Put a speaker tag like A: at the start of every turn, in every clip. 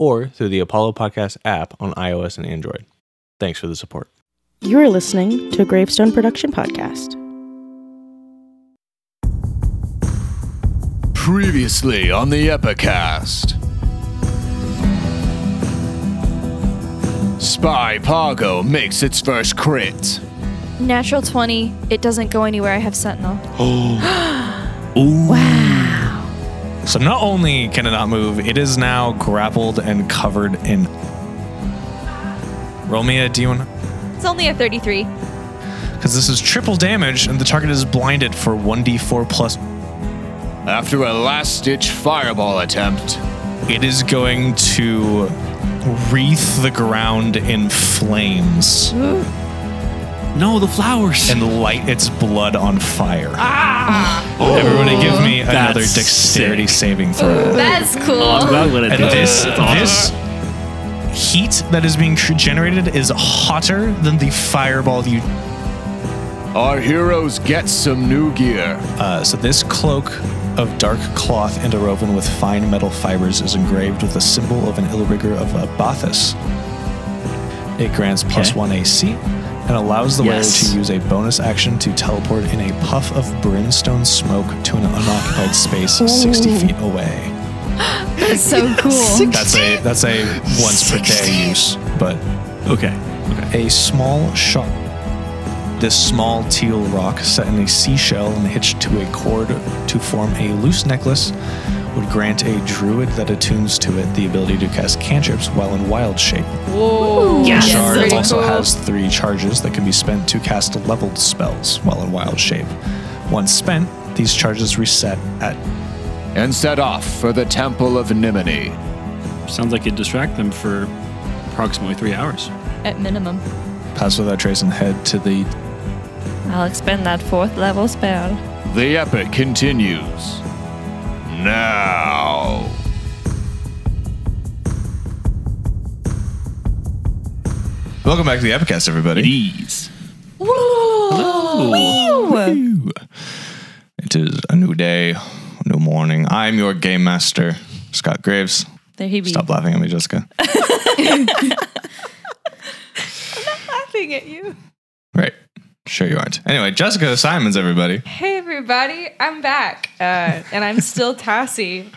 A: or through the Apollo Podcast app on iOS and Android. Thanks for the support.
B: You're listening to a Gravestone Production Podcast.
C: Previously on the Epicast. Spy Pargo makes its first crit.
D: Natural 20. It doesn't go anywhere. I have Sentinel.
E: So not only can it not move, it is now grappled and covered in. Roll me a D1,
D: It's only a 33.
E: because this is triple damage, and the target is blinded for 1d4 plus.
C: After a last ditch fireball attempt,
E: It is going to wreath the ground in flames
F: No, the flowers. Ah.
E: and light its blood on fire. Everybody, give me another
F: that's
E: dexterity
F: sick.
E: saving throw.
D: That's
F: I'm
D: cool.
F: not gonna
E: And
F: do
E: this,
F: It's awesome.
E: this heat that is being tr- generated is hotter than the fireball you
C: our heroes get some new gear.
E: Uh, so this cloak of dark cloth interwoven with fine metal fibers is engraved with the symbol of an Illrigger of uh, Bathys. It grants plus
F: Okay.
E: one AC and allows the
F: Yes.
E: wearer to use a bonus action to teleport in a puff of brimstone smoke to an unoccupied space 60 feet away.
D: That's so cool.
E: That's a that's a once per day use, but
F: Okay.
E: a small shark. This small teal rock, set in a seashell and hitched to a cord to form a loose necklace, would grant a druid that attunes to it the ability to cast cantrips while in wild shape.
D: Yes,
E: Shard
D: pretty
E: also
D: cool.
E: has three charges that can be spent to cast leveled spells while in wild shape. Once spent, these charges reset at.
C: And set off for the Temple of Nimini.
F: Sounds like you distract them for approximately three hours.
D: At minimum.
E: Pass without trace and head to the
D: I'll expend that fourth level spell.
C: The epic continues. Now.
E: Welcome back to the Epicast, everybody.
F: Bees.
E: It is a new day, a new morning. I'm your game master, Scott Graves.
D: There he be.
E: Stop laughing at me, Jessica.
D: laughing at you.
E: right. Sure you aren't. Anyway, Jessica Simons, everybody.
G: Hey everybody, I'm back, uh, and I'm still Tassie.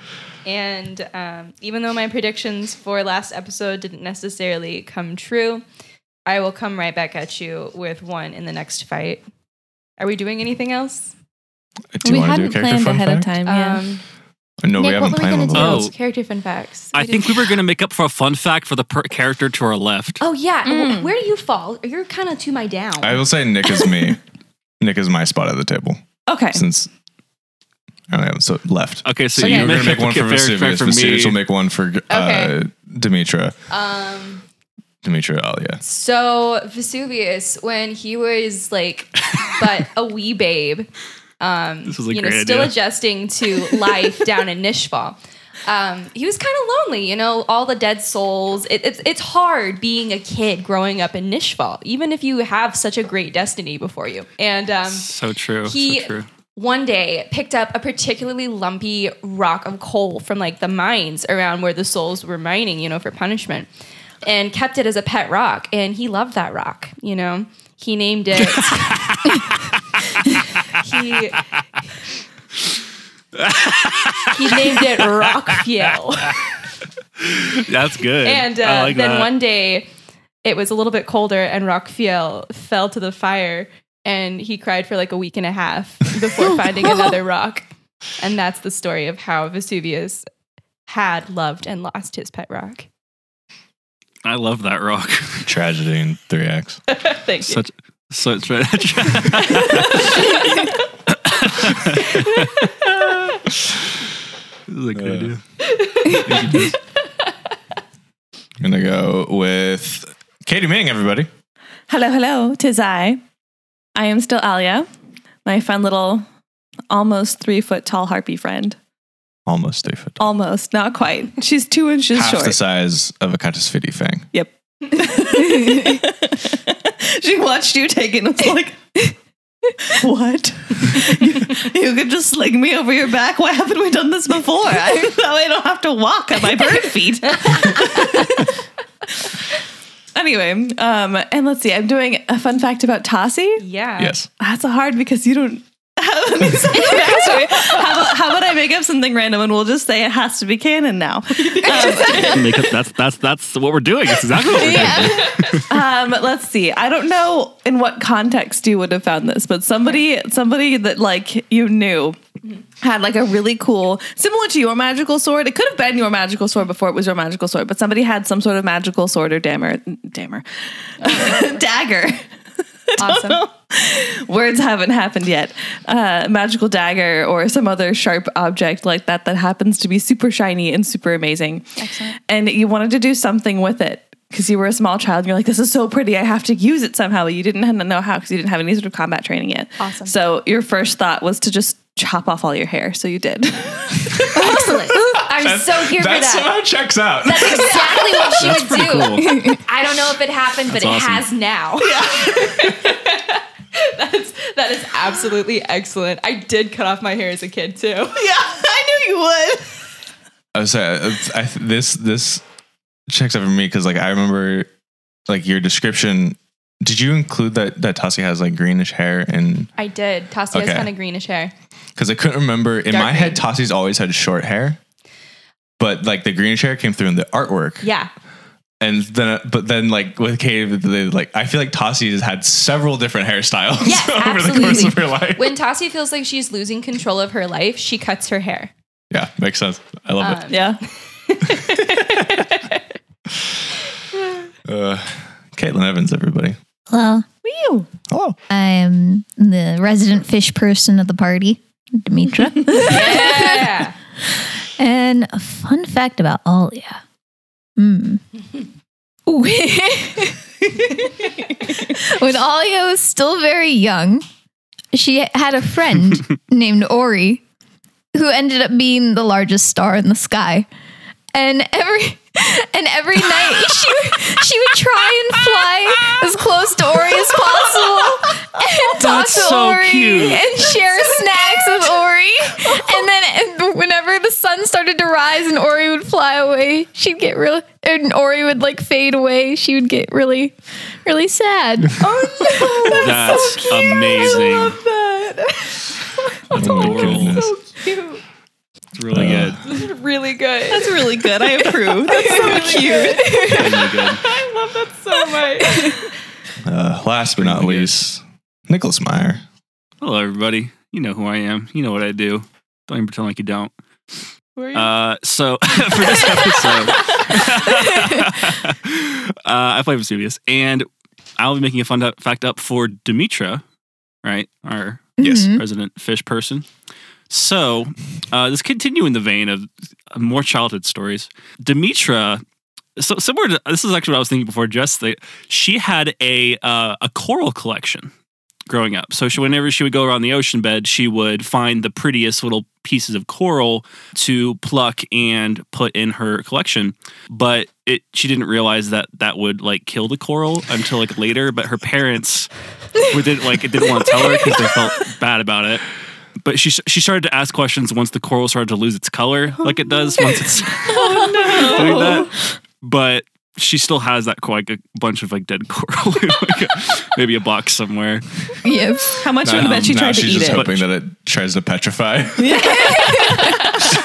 G: And um, even though my predictions for last episode didn't necessarily come true, I will come right back at you with one in the next fight. Are we doing anything else?
E: Do you want to do a character fun fact?
D: time.
G: Um,
E: No, we
D: Nick, what
E: haven't
D: were we
E: planned one.
D: gonna
E: of
F: do?
E: those.
F: Oh.
G: character fun facts.
F: I think we were gonna make up for a fun fact for the per- character to our left.
G: Oh yeah, Wh- where do you fall? You're kind of to my down.
E: I will say Nick is me. Nick is my spot at the table
G: okay.
E: since I don't know. So left.
F: Okay, so
E: So
F: you
E: you're going to make
F: up
E: one
F: a
E: for
F: character
E: Vesuvius.
F: for
E: Vesuvius
F: me.
E: will make one for uh,
G: Okay.
E: Demetra.
G: Um,
E: Demetra Alia.
G: So Vesuvius, when he was like, but a wee babe, um,
F: This is a
G: you know,
F: great
G: still
F: idea.
G: adjusting to life down in Nishval. Um, he was kind of lonely, you know, all the dead souls. It, it's it's hard being a kid growing up in Nishval, even if you have such a great destiny before you. And um,
F: So true.
G: he
F: so true.
G: one day picked up a particularly lumpy rock of coal from like the mines around where the souls were mining, you know, for punishment, and kept it as a pet rock. And he loved that rock, you know. He named it. he, he named it Rockfiel.
F: That's good.
G: And uh,
F: I like
G: then
F: that.
G: one day, it was a little bit colder, and Rockfiel fell to the fire, and he cried for like a week and a half before finding another rock. And that's the story of how Vesuvius had loved and lost his pet rock.
F: I love that rock.
E: Tragedy in three acts.
G: Thank you.
F: Such such This is a good idea.
E: I'm gonna go with Katie Ming, everybody.
H: Hello, hello, tis I. I am still Alia, my fun little, almost three foot tall harpy friend.
E: Almost three foot.
H: Almost, not quite. She's two inches
E: Half
H: short.
E: the size of a Catasfidi fang.
H: Yep. she watched you take it and was like, "What? you, you could just sling me over your back. Why haven't we done this before? I, that way I don't have to walk on my bird feet." anyway, um, and let's see. I'm doing a fun fact about Tassie.
G: Yeah.
E: Yes.
H: That's hard because you don't. have any sort of backstory. how, about, how about I make up something random and we'll just say it has to be canon now?
F: Make up- that's that's that's what we're doing. That's exactly what we're doing.
H: um, let's see. I don't know in what context you would have found this, but somebody, somebody that like you knew had like a really cool, similar to your magical sword. It could have been your magical sword before it was your magical sword, but somebody had some sort of magical sword or dammer, dammer, dagger.
G: Awesome.
H: Words haven't happened yet. Uh, magical dagger or some other sharp object like that that happens to be super shiny and super amazing. Excellent. And you wanted to do something with it because you were a small child and you're like, this is so pretty. I have to use it somehow. You didn't have to know how because you didn't have any sort of combat training yet. Awesome. So your first thought was to just chop off all your hair. So you did.
D: Excellent. I'm so here for
E: that
D: that.
E: somehow checks out.
D: That's exactly what she would do.
F: Pretty cool.
D: I don't know if it happened, but
F: That's awesome.
D: it has now.
G: That is absolutely excellent. I did cut off my hair as a kid too.
H: I knew you would.
E: I was saying uh, I, this this checks out for me because like I remember like your description. Did you include that that Tassie has like greenish hair and
G: I did. Tassie has
E: Okay.
G: kind of greenish hair.
E: because I couldn't remember in
G: Dark
E: my head Tassie's always had short hair, but like the greenish hair came through in the artwork.
G: Yeah.
E: And then, uh, but then, like with Kate, they, like I feel like Tassie has had several different hairstyles
D: Yes,
E: over the course of
D: absolutely.
E: her life.
G: When Tassie feels like she's losing control of her life, she cuts her hair.
E: yeah, makes sense. I love it.
H: Yeah.
E: Uh, Caitlin Evans, everybody.
I: Hello.
H: You.
E: Hello.
I: I am the resident fish person of the party, Demetra.
G: Yeah.
I: and a fun fact about Alia. Hmm. when Alia was still very young, she had a friend named Ori who ended up being the largest star in the sky. And every and every night she she would try and fly as close to Ori as possible and talk
F: That's
I: to
F: so
I: Ori
F: cute.
I: and share snacks with Ori. And then and whenever the sun started to rise and Ori would fly away, she'd get real and Ori would like fade away. She would get really really sad. Oh no.
F: That's amazing. That's adorable.
E: goodness.
F: It's really good.
G: really good.
H: That's really good. I approve. That's so cute.
F: Really good.
G: I love that so much.
E: Uh, last but not least, Nicholas Meyer.
F: Hello, everybody. You know who I am. You know what I do. Don't even pretend like you don't.
G: Who are you?
F: Uh, so for this episode, uh, I play Vesuvius, and I'll be making a fun fact up for Demetra, right? Our
E: Yes.
I: Mhm.
F: resident fish person. So, uh, this continue in the vein of more childhood stories. Demetra, so similar to this is actually what I was thinking before. Just that she had a uh, a coral collection growing up. So she, whenever she would go around the ocean bed, she would find the prettiest little pieces of coral to pluck and put in her collection. But it, she didn't realize that that would like kill the coral until like later. But her parents we didn't like it didn't want to tell her because they felt bad about it. But she she started to ask questions once the coral started to lose its color,
H: Oh,
F: like it does once it's doing that. But she still has that quite a bunch of like dead coral, in, like a- maybe a box somewhere.
I: Yep.
H: How much would
E: Um,
H: I bet she
E: now
H: tried to
E: she's
H: eat
E: just
H: it?
E: hoping that it tries to petrify.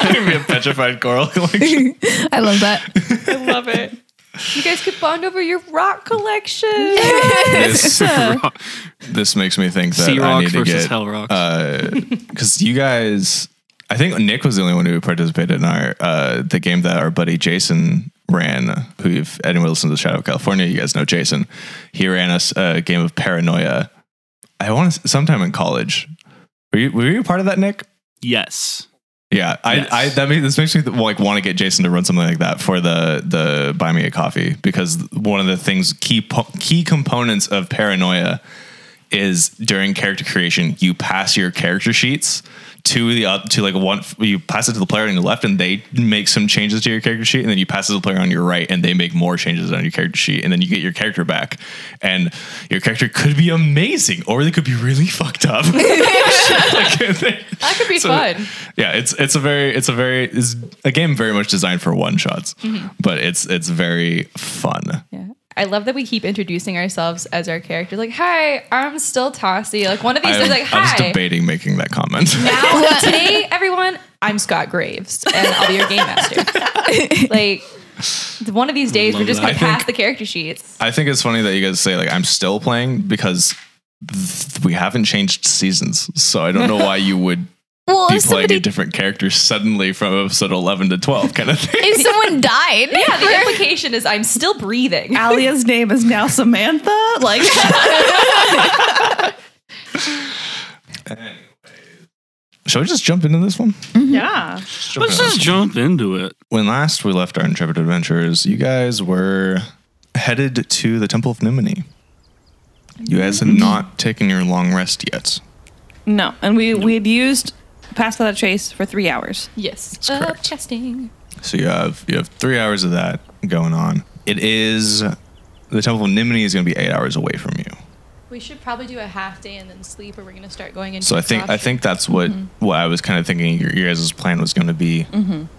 E: Maybe a petrified coral collection.
I: I love that.
G: I love it. You guys could bond over your rock collection.
E: this, this makes me think that
F: Sea
E: I
F: rock
E: need to
F: versus
E: get
F: hell rock.
E: because you guys. I think Nick was the only one who participated in our uh, the game that our buddy Jason ran. Who, if anyone listens to Shadow of California, you guys know Jason. He ran us a game of Paranoia. I want to sometime in college. Were you were you a part of that, Nick?
F: yes,
E: Yeah, I,
F: Yes.
E: I that makes, this makes me like want to get Jason to run something like that for the the buy me a coffee because one of the things key po- key components of paranoia is during character creation you pass your character sheets to the up to like one you pass it to the player on your left and they make some changes to your character sheet and then you pass it to the player on your right and they make more changes on your character sheet and then you get your character back and your character could be amazing or they could be really fucked up
G: That could be
E: So-
G: fun.
E: yeah, it's it's a very it's a very it's a game very much designed for one shots, but it's it's very fun.
G: Yeah. I love that we keep introducing ourselves as our characters. Like, hi, I'm still Tossie. Like one of these is like,
E: I was
G: hi.
E: debating making that comment.
G: Now today, everyone, I'm Scott Graves, and I'll be your game master. like one of these days, we're just gonna
E: that. I
G: pass
E: think-
G: the character sheets.
E: I think it's funny that you guys say like I'm still playing because th- we haven't changed seasons, so I don't know why you would
I: Well,
E: be
I: if
E: playing
I: somebody,
E: a different character suddenly from episode 11 to 12 kind of thing.
I: if someone died,
G: Yeah, the implication is I'm still breathing.
H: Alia's name is now Samantha. Like,
E: Shall we just jump into this one?
H: yeah.
E: Just jump
F: Let's
E: into this
F: just jump into it.
E: when last we left our intrepid adventurers, you guys were headed to the Temple of Nimini. You guys had not taken your long rest yet.
H: No, and we we had used pass without trace for three hours.
G: Yes,
I: Uh,
E: That's correct.
G: testing.
E: So you have you have three hours of that going on. It is the Temple of Nimini is going to be eight hours away from you.
G: We should probably do a half day and then sleep, or we're gonna start going into.
E: So I think I think that's what what I was kind of thinking your, your guys' plan was going to be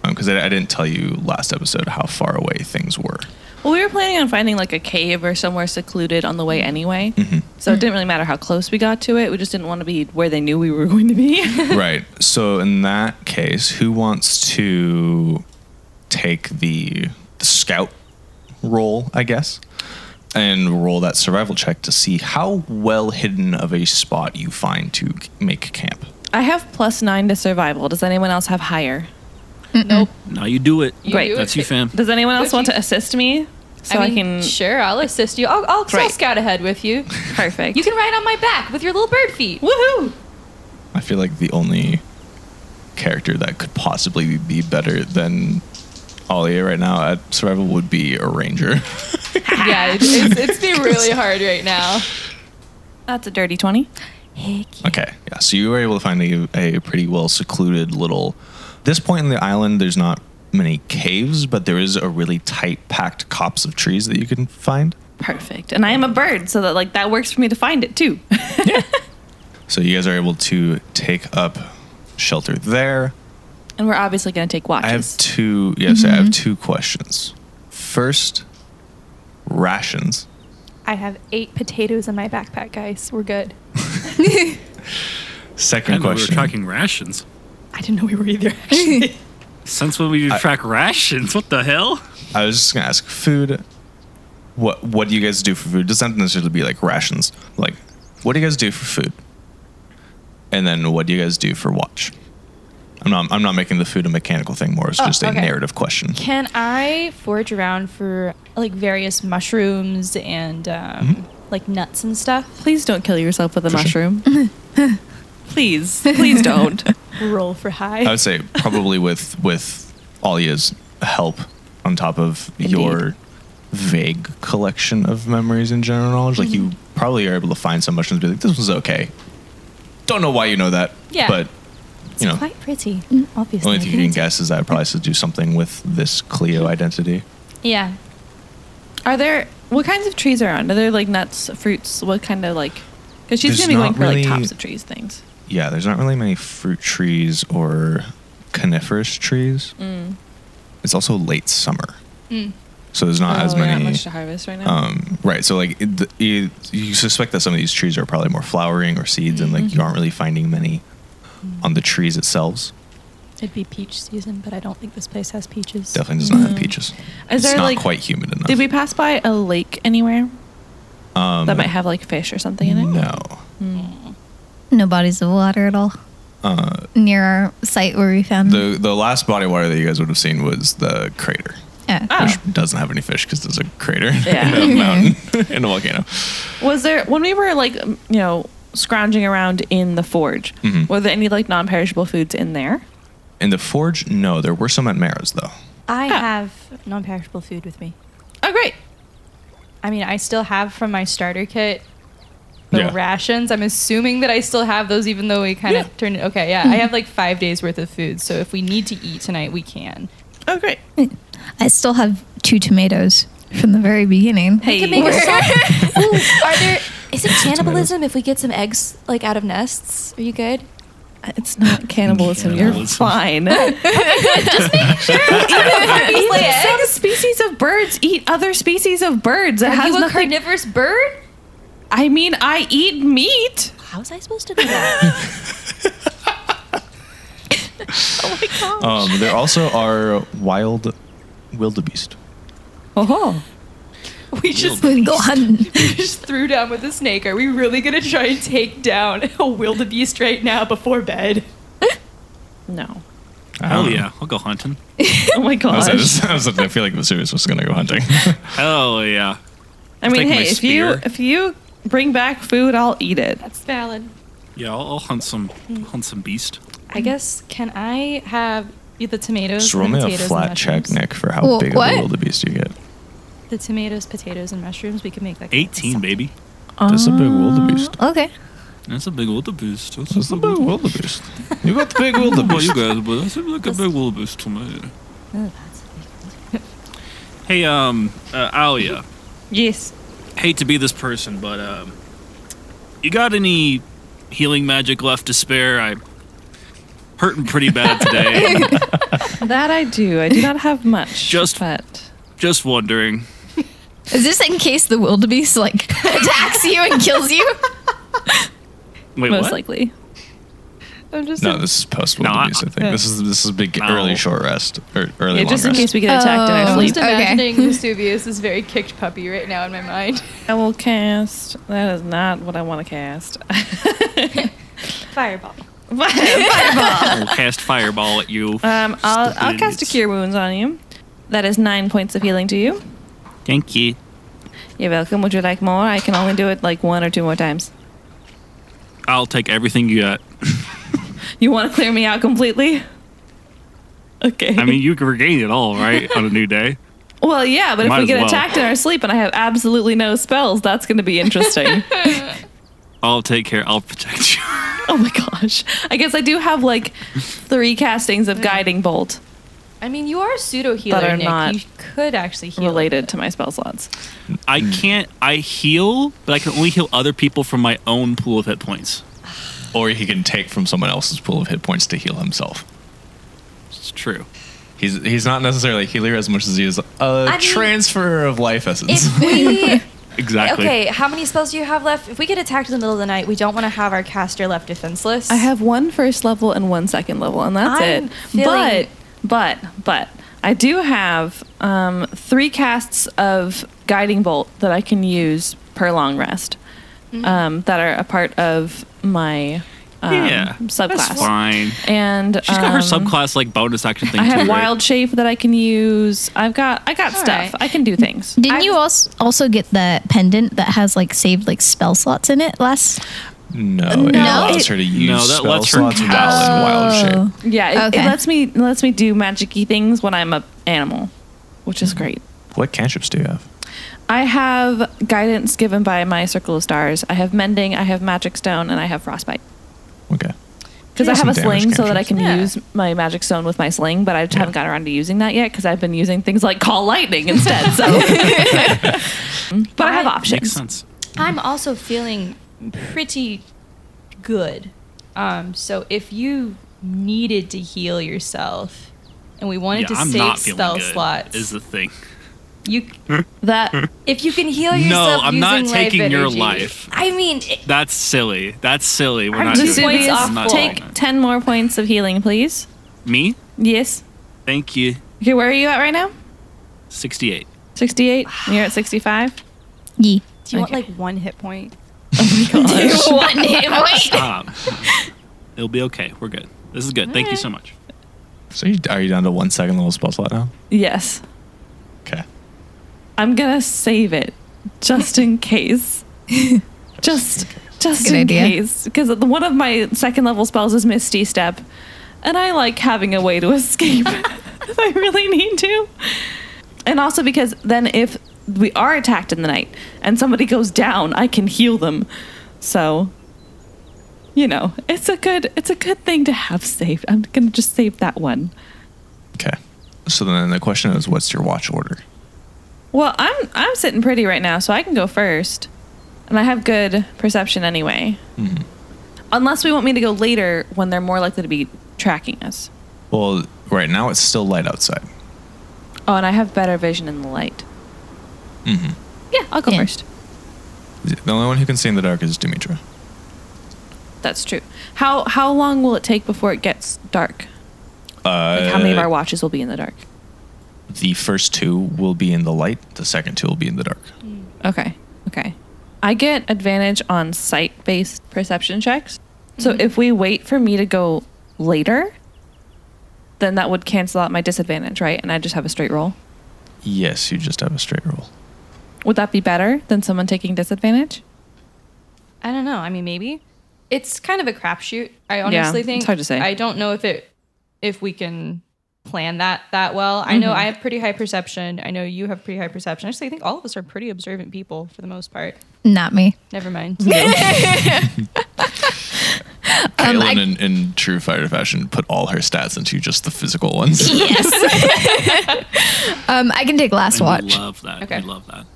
E: because I, I didn't tell you last episode how far away things were.
H: Well, we were planning on finding like a cave or somewhere secluded on the way anyway. So it didn't really matter how close we got to it. We just didn't want to be where they knew we were going to be.
E: right. So in that case, who wants to take the, the scout role, I guess, and roll that survival check to see how well hidden of a spot you find to c- make camp?
H: I have plus nine to survival. Does anyone else have higher?
F: Now you do it.
H: Great.
F: That's you, fam.
H: Does anyone else
G: Would
H: want
G: you-
H: to assist me? So I,
G: mean,
H: can.
G: sure. I'll assist you. I'll, I'll, I'll
H: Great.
G: scout ahead with you.
H: Perfect.
G: You can ride on my back with your little bird feet.
H: Woohoo!
E: I feel like the only character that could possibly be better than Alia right now at survival would be a ranger.
G: yeah, it's, it's, it's been really hard right now.
H: That's a dirty 20.
E: Okay. Yeah. So you were able to find a, a pretty well secluded little. This point in the island, there's not many caves, but there is a really tight packed copse of trees that you can find.
H: Perfect. And I am a bird, so that like that works for me to find it too.
E: So you guys are able to take up shelter there.
H: and we're obviously going to take watches.
E: I have two. Yes, I have two questions. First, rations.
D: I have eight potatoes in my backpack, guys. We're good.
E: Second
F: we were
E: question.
F: tracking rations.
G: I didn't know we were either.
F: Since when we track rations? What the hell?
E: I was just gonna ask food. What what do you guys do for food? Doesn't necessarily be like rations. Like, what do you guys do for food? And then what do you guys do for watch? I'm not I'm not making the food a mechanical thing more. It's
G: Oh,
E: just a
G: okay.
E: narrative question.
G: Can I forage around for like various mushrooms and um, like nuts and stuff?
H: Please don't kill yourself with a mushroom. please, please don't.
G: Roll for
E: I
G: high.
E: would say probably with with Alia's help on top of your vague collection of memories and general knowledge. Like you probably are able to find some mushrooms and be like, this was okay. Don't know why you know that.
G: Yeah.
E: But you know,
G: Quite pretty,
E: The
I: Mm.
G: obviously.
E: only thing
I: Mm-hmm.
E: you can guess is that it probably has to do something with this Cleo identity.
G: Yeah.
H: Are there what kinds of trees are on? Are there like nuts, fruits? What kind of like? Because she's
E: There's
H: gonna be going
E: not
H: for
E: really-
H: like tops of trees things.
E: Yeah, there's not really many fruit trees or coniferous trees.
H: Mm.
E: It's also late summer, so there's not as
H: Oh, yeah,
E: many.
H: much to harvest right now.
E: um, right, so like it, the, you, you suspect that some of these trees are probably more flowering or seeds, and
H: Mm-hmm.
E: like you aren't really finding many
H: Mm.
E: on the trees itself.
G: It'd be peach season, but I don't think this place has peaches.
E: Definitely does not have peaches.
H: Mm.
E: it's
H: Is there
E: not
H: like?
E: quite humid enough.
H: Did we pass by a lake anywhere
E: um,
H: that might have like fish or something in it?
E: no.
I: no bodies of water at all
E: Uh,
I: near our site where we found them.
E: the the last body water that you guys would have seen was the crater.
I: Yeah.
D: Ah.
H: Oh.
E: which doesn't have any fish because there's a crater
H: Yeah.
E: and a mountain and a volcano.
H: Was there when we were like um, you
F: Mm-hmm.
H: know scrounging around in the forge? Were there any like non-perishable foods in there?
E: In the forge, no. There were some at Mara's though.
G: I
H: Ah.
G: have non-perishable food with me.
H: Oh, great.
G: I mean, I still have from my starter kit the
E: Yeah.
G: rations. I'm assuming that I still have those, even though we kind of turned it. Okay, yeah, I have like five days worth of food, so if we need to eat tonight, we can.
H: Oh, great.
I: I still have two tomatoes from the very beginning.
H: Hey.
D: Can make a
H: We're-
D: salad. Ooh, are there? Is it cannibalism if we get some eggs like out of nests? Are you good?
H: Uh, It's not cannibalism. You're
F: Cannibalism.
H: fine. Just making sure. some species of birds eat other species of birds. It
D: Are
H: has
D: you a
H: nothing.
D: carnivorous bird?
H: I mean, I eat meat.
D: How was I supposed to do that?
E: Um, there also are wild wildebeest.
H: Oh,
G: We just,
I: We can go hunting.
G: we just threw down with a snake. Are we really gonna try and take down a wildebeest right now before bed?
H: no.
F: Hell yeah, I'll go hunting.
H: Oh my
E: Um, I, was, I,
H: gosh.
E: was- I was- I feel like the series was gonna go hunting.
F: Hell yeah.
H: I
F: Take
H: mean,
F: my
H: hey, if you
F: spear.
H: if you bring back food, I'll eat it.
G: That's valid.
F: Yeah, I'll, I'll hunt some hunt some beast.
G: I guess can I have the tomatoes?
E: Just roll
G: the
E: me a
G: potatoes and
E: flat check,
G: mushrooms?
E: Nick, for how
I: Well,
E: big
I: what?
E: of a wildebeest you get.
G: The tomatoes, potatoes, and mushrooms. We can make like a-
F: 18, baby.
E: That's a big wildebeest.
I: Okay.
F: That's a big wildebeest. That's,
E: That's a big wildebeest. You got the big
F: I don't know about
E: wildebeest.
F: you guys, but that seems like a big wildebeest to me. Hey, um, uh, Alia,
H: Yes.
F: hate to be this person, but um, you got any healing magic left to spare? I'm hurting pretty bad today.
H: That I do. I do not have much.
F: Just-
H: but
F: Just wondering.
I: Is this in case the wildebeest like attacks you and kills you?
F: Wait,
H: most
F: what?
H: likely.
G: I'm just
E: No, this is post
F: No, I-
E: wildebeest. I think this is this is big
F: No.
E: early short rest or early
H: Yeah,
E: long
H: just in
E: rest.
H: case we get attacked in
I: Oh.
H: our
G: I'm
H: sleep.
G: just
I: Okay.
G: imagining Vesuvius is very kicked puppy right now in my mind.
H: I will cast. That is not what I want to cast.
G: Fireball.
F: I'll cast fireball at you.
H: Um, I'll, I'll cast a
F: Stupid.
H: cure wounds on you. That is nine points of healing to you.
F: Thank you.
H: You're welcome. Would you like more? I can only do it like one or two more times.
F: I'll take everything you got.
H: You want to clear me out completely? Okay.
F: I mean, you can regain it all, right? On a new day.
H: well, yeah, but if
F: might
H: we
F: as
H: get
F: well.
H: attacked in our sleep and I have absolutely no spells, that's going to be interesting.
F: I'll take care. I'll protect you.
H: oh my gosh. I guess I do have like three castings of guiding bolt
G: I mean, you are a pseudo healer,
H: That are
G: Nick.
H: not
G: you could actually heal.
H: related to my spell slots.
F: I can't. I heal, but I can only heal other people from my own pool of hit points.
E: or he can take from someone else's pool of hit points to heal himself.
F: It's true.
E: He's he's not necessarily a healer as much as he is a
D: mean-
E: transfer of life essence.
D: If we
F: Exactly.
D: okay, how many spells do you have left? If we get attacked in the middle of the night, we don't want to have our caster left defenseless.
H: I have one first level and one second level, and that's
D: I'm
H: it.
D: feeling-
H: But but but I do have um, three casts of guiding bolt that I can use per long rest. Um, that are a part of my um,
F: yeah.
H: subclass.
F: That's fine.
H: And
F: She's got her
H: um,
F: subclass like bonus action thing
H: I
F: too.
H: have
F: right?
H: wild shape that I can use. I've got I got
G: All
H: stuff.
G: right.
H: I can do things.
I: Didn't
G: I-
I: you also also get the pendant that has like saved like spell slots in it last?
E: no, it
I: No,
E: allows
I: it- Oh.
E: her to use
F: No, that
E: spell
F: lets her
E: slots while in wild shape.
H: Yeah, it, it
I: Okay.
H: lets me lets me do magicy things when I'm a animal, which is great.
E: What cantrips do you have?
H: I have guidance given by my circle of stars. I have mending, I have magic stone, and I have frostbite.
E: Okay.
H: Because I
E: Some
H: have a
E: damage
H: sling so that I can
G: Yeah.
H: use my magic stone with my sling, but I just haven't gotten around to using that yet because I've been using things like call lightning instead. So, but I have
F: Makes
H: options.
F: sense.
G: I'm also feeling pretty good. Um, so if you needed to heal yourself, and we wanted
F: Yeah,
G: to
F: I'm
G: save
F: not feeling
G: spell
F: good.
G: slots,
F: Is the thing.
G: you
H: That
D: If you can
G: Oh,
D: heal yourself,
F: No, I'm
D: using
F: not
D: life
F: taking your
D: energy.
F: life.
D: I mean, it,
F: That's silly. That's silly. We're
G: I'm
F: not
G: just
F: doing
G: points
F: that.
G: off
F: I'm not doing
H: take
F: that.
H: ten more points of healing, please.
F: Me?
H: Yes.
F: Thank you.
H: Okay, where are you at right now?
F: 68.
H: Sixty-eight. You're at sixty-five.
I: Ye.
G: do you want
H: Okay.
G: like one hit point?
I: One hit point.
F: Um, it'll be okay. We're good. This is good. Thank you so much.
E: So you, are you down to one second level spell slot now?
H: Yes.
E: Okay.
H: I'm gonna save it just in case. just just
I: Good
H: in
I: idea.
H: case. Because one of my second level spells is Misty Step. and I like having a way to escape if I really need to. And also because then if we are attacked in the night and somebody goes down, I can heal them. So you know, it's a good it's a good thing to have saved. I'm gonna just save that one.
E: Okay. So then the question is, what's your watch order?
H: Well, I'm I'm sitting pretty right now, so I can go first, and I have good perception anyway. Unless we want me to go later when they're more likely to be tracking us.
E: Well, right now it's still light outside.
H: Oh, and I have better vision in the light. Mm-hmm. Yeah, I'll go
I: Yeah.
H: first.
E: The only one who can see in the dark is Dimitra.
H: That's true. How how long will it take before it gets dark?
E: Uh,
H: Like how many of our watches will be in the dark?
E: The first two will be in the light. The second two will be in the dark.
H: Okay. Okay. I get advantage on sight based perception checks. So if we wait for me to go later, then that would cancel out my disadvantage, right? And I just have a straight roll.
E: Yes, you just have a straight roll.
H: Would that be better than someone taking disadvantage?
G: I don't know. I mean, maybe it's kind of a crapshoot. I honestly
H: Yeah,
G: think
H: it's hard to say.
G: I don't know if it if we can plan that that well. I
H: Mm-hmm.
G: know I have pretty high perception. I know you have pretty high perception. Actually, I think all of us are pretty observant people for the most part.
I: Not me.
G: Never mind.
E: Kaylin,
I: Um, I-
E: in, in true fighter fashion, put all her stats into just the physical ones.
I: Um, I can take last watch.
F: We love that.
G: Okay.
F: We love that.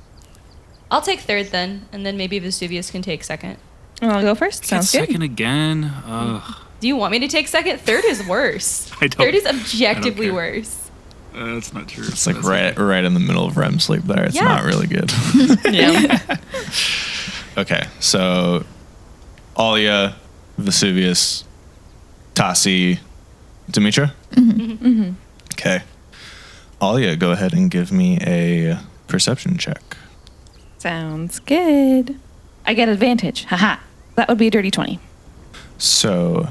G: I'll take third then, and then maybe Vesuvius can take second.
H: I'll go first.
F: Get
H: Sounds good.
F: Second again. Ugh.
G: Do you want me to take second? Third is worse.
F: I don't-
G: Third is
F: I don't
G: objectively
F: care.
G: worse.
F: Uh, that's not true.
E: It's like right, right in the middle of REM sleep. There, it's
G: Yeah.
E: not really good.
H: Yeah.
E: Okay, so Alia, Vesuvius, Tasi, Demetra. Mm-hmm. Okay, Alia, go ahead and give me a perception check.
H: Sounds good. I get advantage. Haha. That would be a dirty 20.
E: So,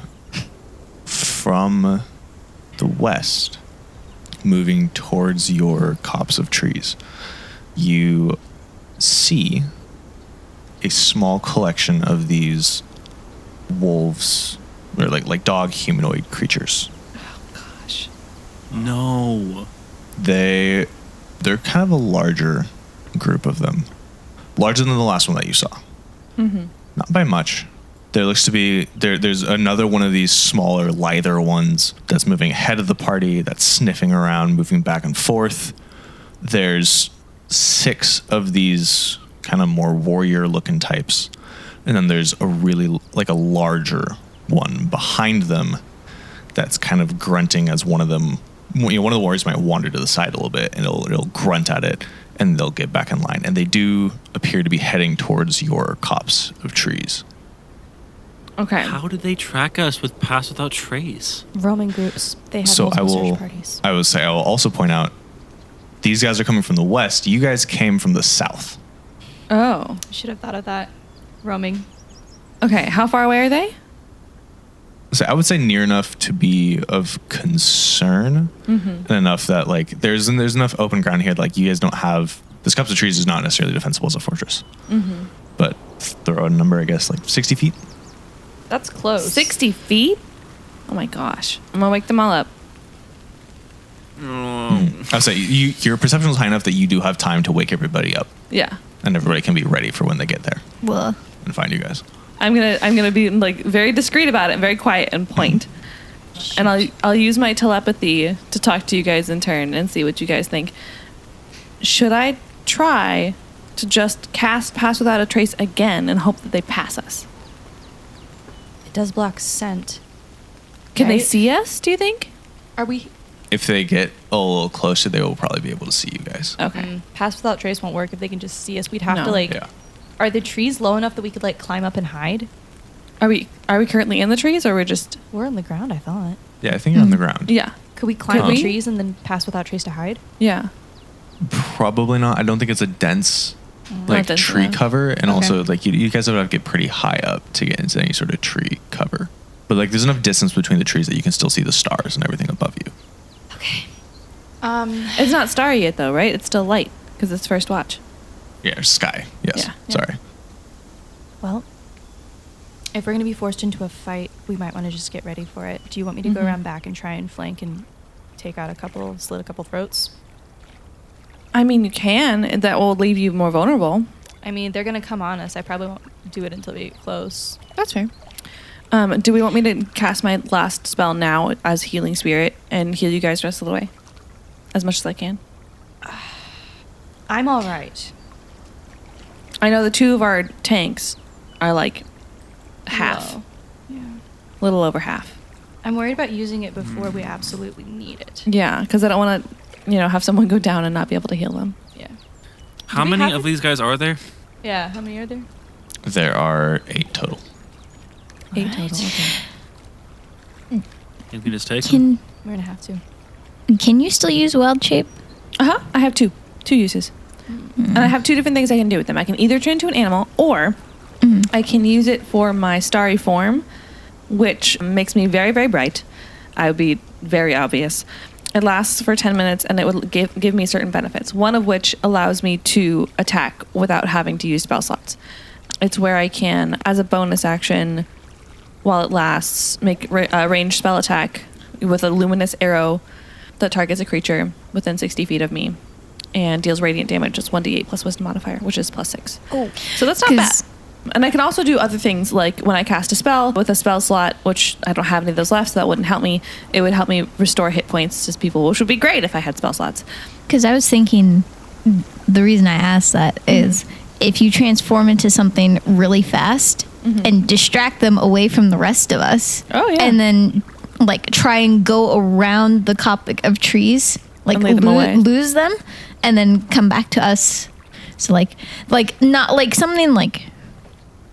E: from the west, moving towards your copse of trees, you see a small collection of these wolves, or like like dog humanoid creatures.
F: No.
E: They they're kind of a larger group of them, larger than the last one that you saw. Not by much. There looks to be there. There's another one of these smaller, lither ones that's moving ahead of the party. That's sniffing around, moving back and forth. There's six of these kind of more warrior-looking types, and then there's a really like a larger one behind them that's kind of grunting as one of them. You know, one of the warriors might wander to the side a little bit, and it'll, it'll grunt at it, and they'll get back in line. And they do appear to be heading towards your copse of trees.
H: Okay.
F: How did they track us with Pass Without Trace?
B: Roman groups. They have
E: so I
B: multiple
E: will,
B: search parties.
E: I will say, I will also point out, these guys are coming from the west. You guys came from the south.
H: Oh.
G: Should have thought of that. Roaming.
H: Okay. How far away are they?
E: So I would say near enough to be of concern, and enough that like there's and there's enough open ground here. that, Like you guys don't have this cups of trees is not necessarily defensible as a fortress, but throw out a number, I guess, like sixty feet.
G: That's close.
H: 60 feet? Oh my gosh. I'm going to wake them all up.
E: I would say you, your perception is high enough that you do have time to wake everybody up,
H: Yeah.
E: and everybody can be ready for when they get there
I: Well,
E: and find you guys.
H: I'm gonna I'm gonna be like very discreet about it, and very quiet and point. And I'll I'll use my telepathy to talk to you guys in turn and see what you guys think. Should I try to just cast pass without a trace again and hope that they pass us?
D: It does block scent.
H: Can they
D: Right.
H: see us? Do you think?
D: Are we?
E: If they get a little closer, they will probably be able to see you guys.
H: Okay.
G: Mm, Pass without trace won't work if they can just see us. We'd have
H: No.
G: to like.
E: Yeah.
G: Are the trees low enough that we could like climb up and hide?
H: Are we are we currently in the trees or we're just
D: We're on the ground. I thought.
E: Yeah, I think you're on the ground.
H: yeah
G: Could we climb
H: Could
G: up
H: we?
G: trees and then pass without trace to hide?
H: yeah
E: Probably not. I don't think it's a dense like
H: Mm, dense
E: tree
H: enough.
E: cover, and
G: Okay.
E: also like you, you guys would have to get pretty high up to get into any sort of tree cover. But like, there's enough distance between the trees that you can still see the stars and everything above you.
D: Okay. Um.
H: it's not starry yet though right it's still light because it's first watch
E: Yeah, or sky. Yes.
H: Yeah.
E: Sorry.
D: Well, if we're gonna be forced into a fight, we might want to just get ready for it. Do you want me to go around back and try and flank and take out a couple, slit a couple throats?
H: I mean, you can. That will leave you more vulnerable.
D: I mean, they're gonna come on us. I probably won't do it until we get close.
H: That's fair. Um, do we want me to cast my last spell now as healing spirit and heal you guys the rest of the way, as much as I can?
D: I'm all right.
H: I know the two of our tanks are like half,
D: Low. Yeah.
H: little over half.
D: I'm worried about using it before we absolutely need it.
H: Yeah, because I don't want to, you know, have someone go down and not be able to heal them.
D: Yeah.
F: How
D: we
F: many
D: have
F: of
D: it?
F: these guys are there?
D: Yeah. How many are there?
E: There are eight total.
H: Eight total. Okay.
F: You can just take them.
I: Can
D: We're gonna have to.
I: can you still use wild shape?
H: Uh huh. I have two, two uses, and I have two different things I can do with them. I can either turn into an animal, or I can use it for my starry form, which makes me very, very bright. I would be very obvious. It lasts for 10 minutes and it would give, give me certain benefits, one of which allows me to attack without having to use spell slots. It's where I can, as a bonus action, while it lasts, make ra- a ranged spell attack with a luminous arrow that targets a creature within 60 feet of me and deals radiant damage. It's 1d8 plus wisdom modifier, which is plus 6.
I: Oh,
H: So that's not bad.
I: 'Cause-
H: And I can also do other things like when I cast a spell with a spell slot, which I don't have any of those left, so that wouldn't help me. It would help me restore hit points to people, which would be great if I had spell slots.
I: Because I was thinking the reason I asked that
H: Mm-hmm.
I: is if you transform into something really fast and distract them away from the rest of us.
H: Mm-hmm. Oh, yeah.
I: And then like try and go around the Copic of trees, like
H: And lead them
I: lo-
H: away.
I: lose them and then come back to us. So like like not like something like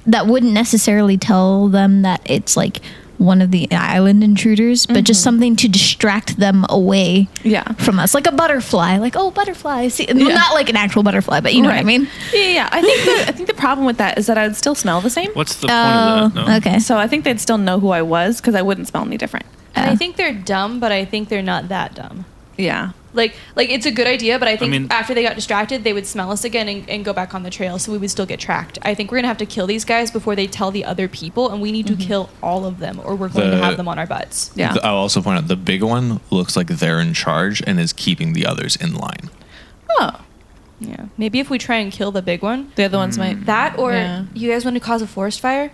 I: that wouldn't necessarily tell them that it's like one of the island intruders, but
H: Mm-hmm.
I: just something to distract them away
H: Yeah.
I: from us, like a butterfly. Like, oh, butterfly. See,
H: Yeah.
I: not like an actual butterfly, but you know what I
H: Right.
I: mean.
H: Yeah, yeah, yeah. I think the, I think the problem with that is that I would still smell the same.
F: What's the point of that? No.
I: Oh, okay.
H: So I think they'd still know who I was because I wouldn't smell any different.
G: And I think they're dumb, but I think they're not that dumb.
H: Yeah.
G: Like, like it's a good idea, but I think
F: mean-
G: after they got distracted, they would smell us again and, and go back on the trail, so we would still get tracked. I think we're gonna have to kill these guys before they tell the other people, and we need to kill all of them, or we're going
E: The-
G: to have them on our butts.
H: Yeah.
E: I'll also point out the big one looks like they're in charge and is keeping the others in line.
H: Oh.
G: Yeah, maybe if we try and kill the big one,
H: The other ones might.
G: that or
H: Yeah.
G: you guys want to cause a forest fire?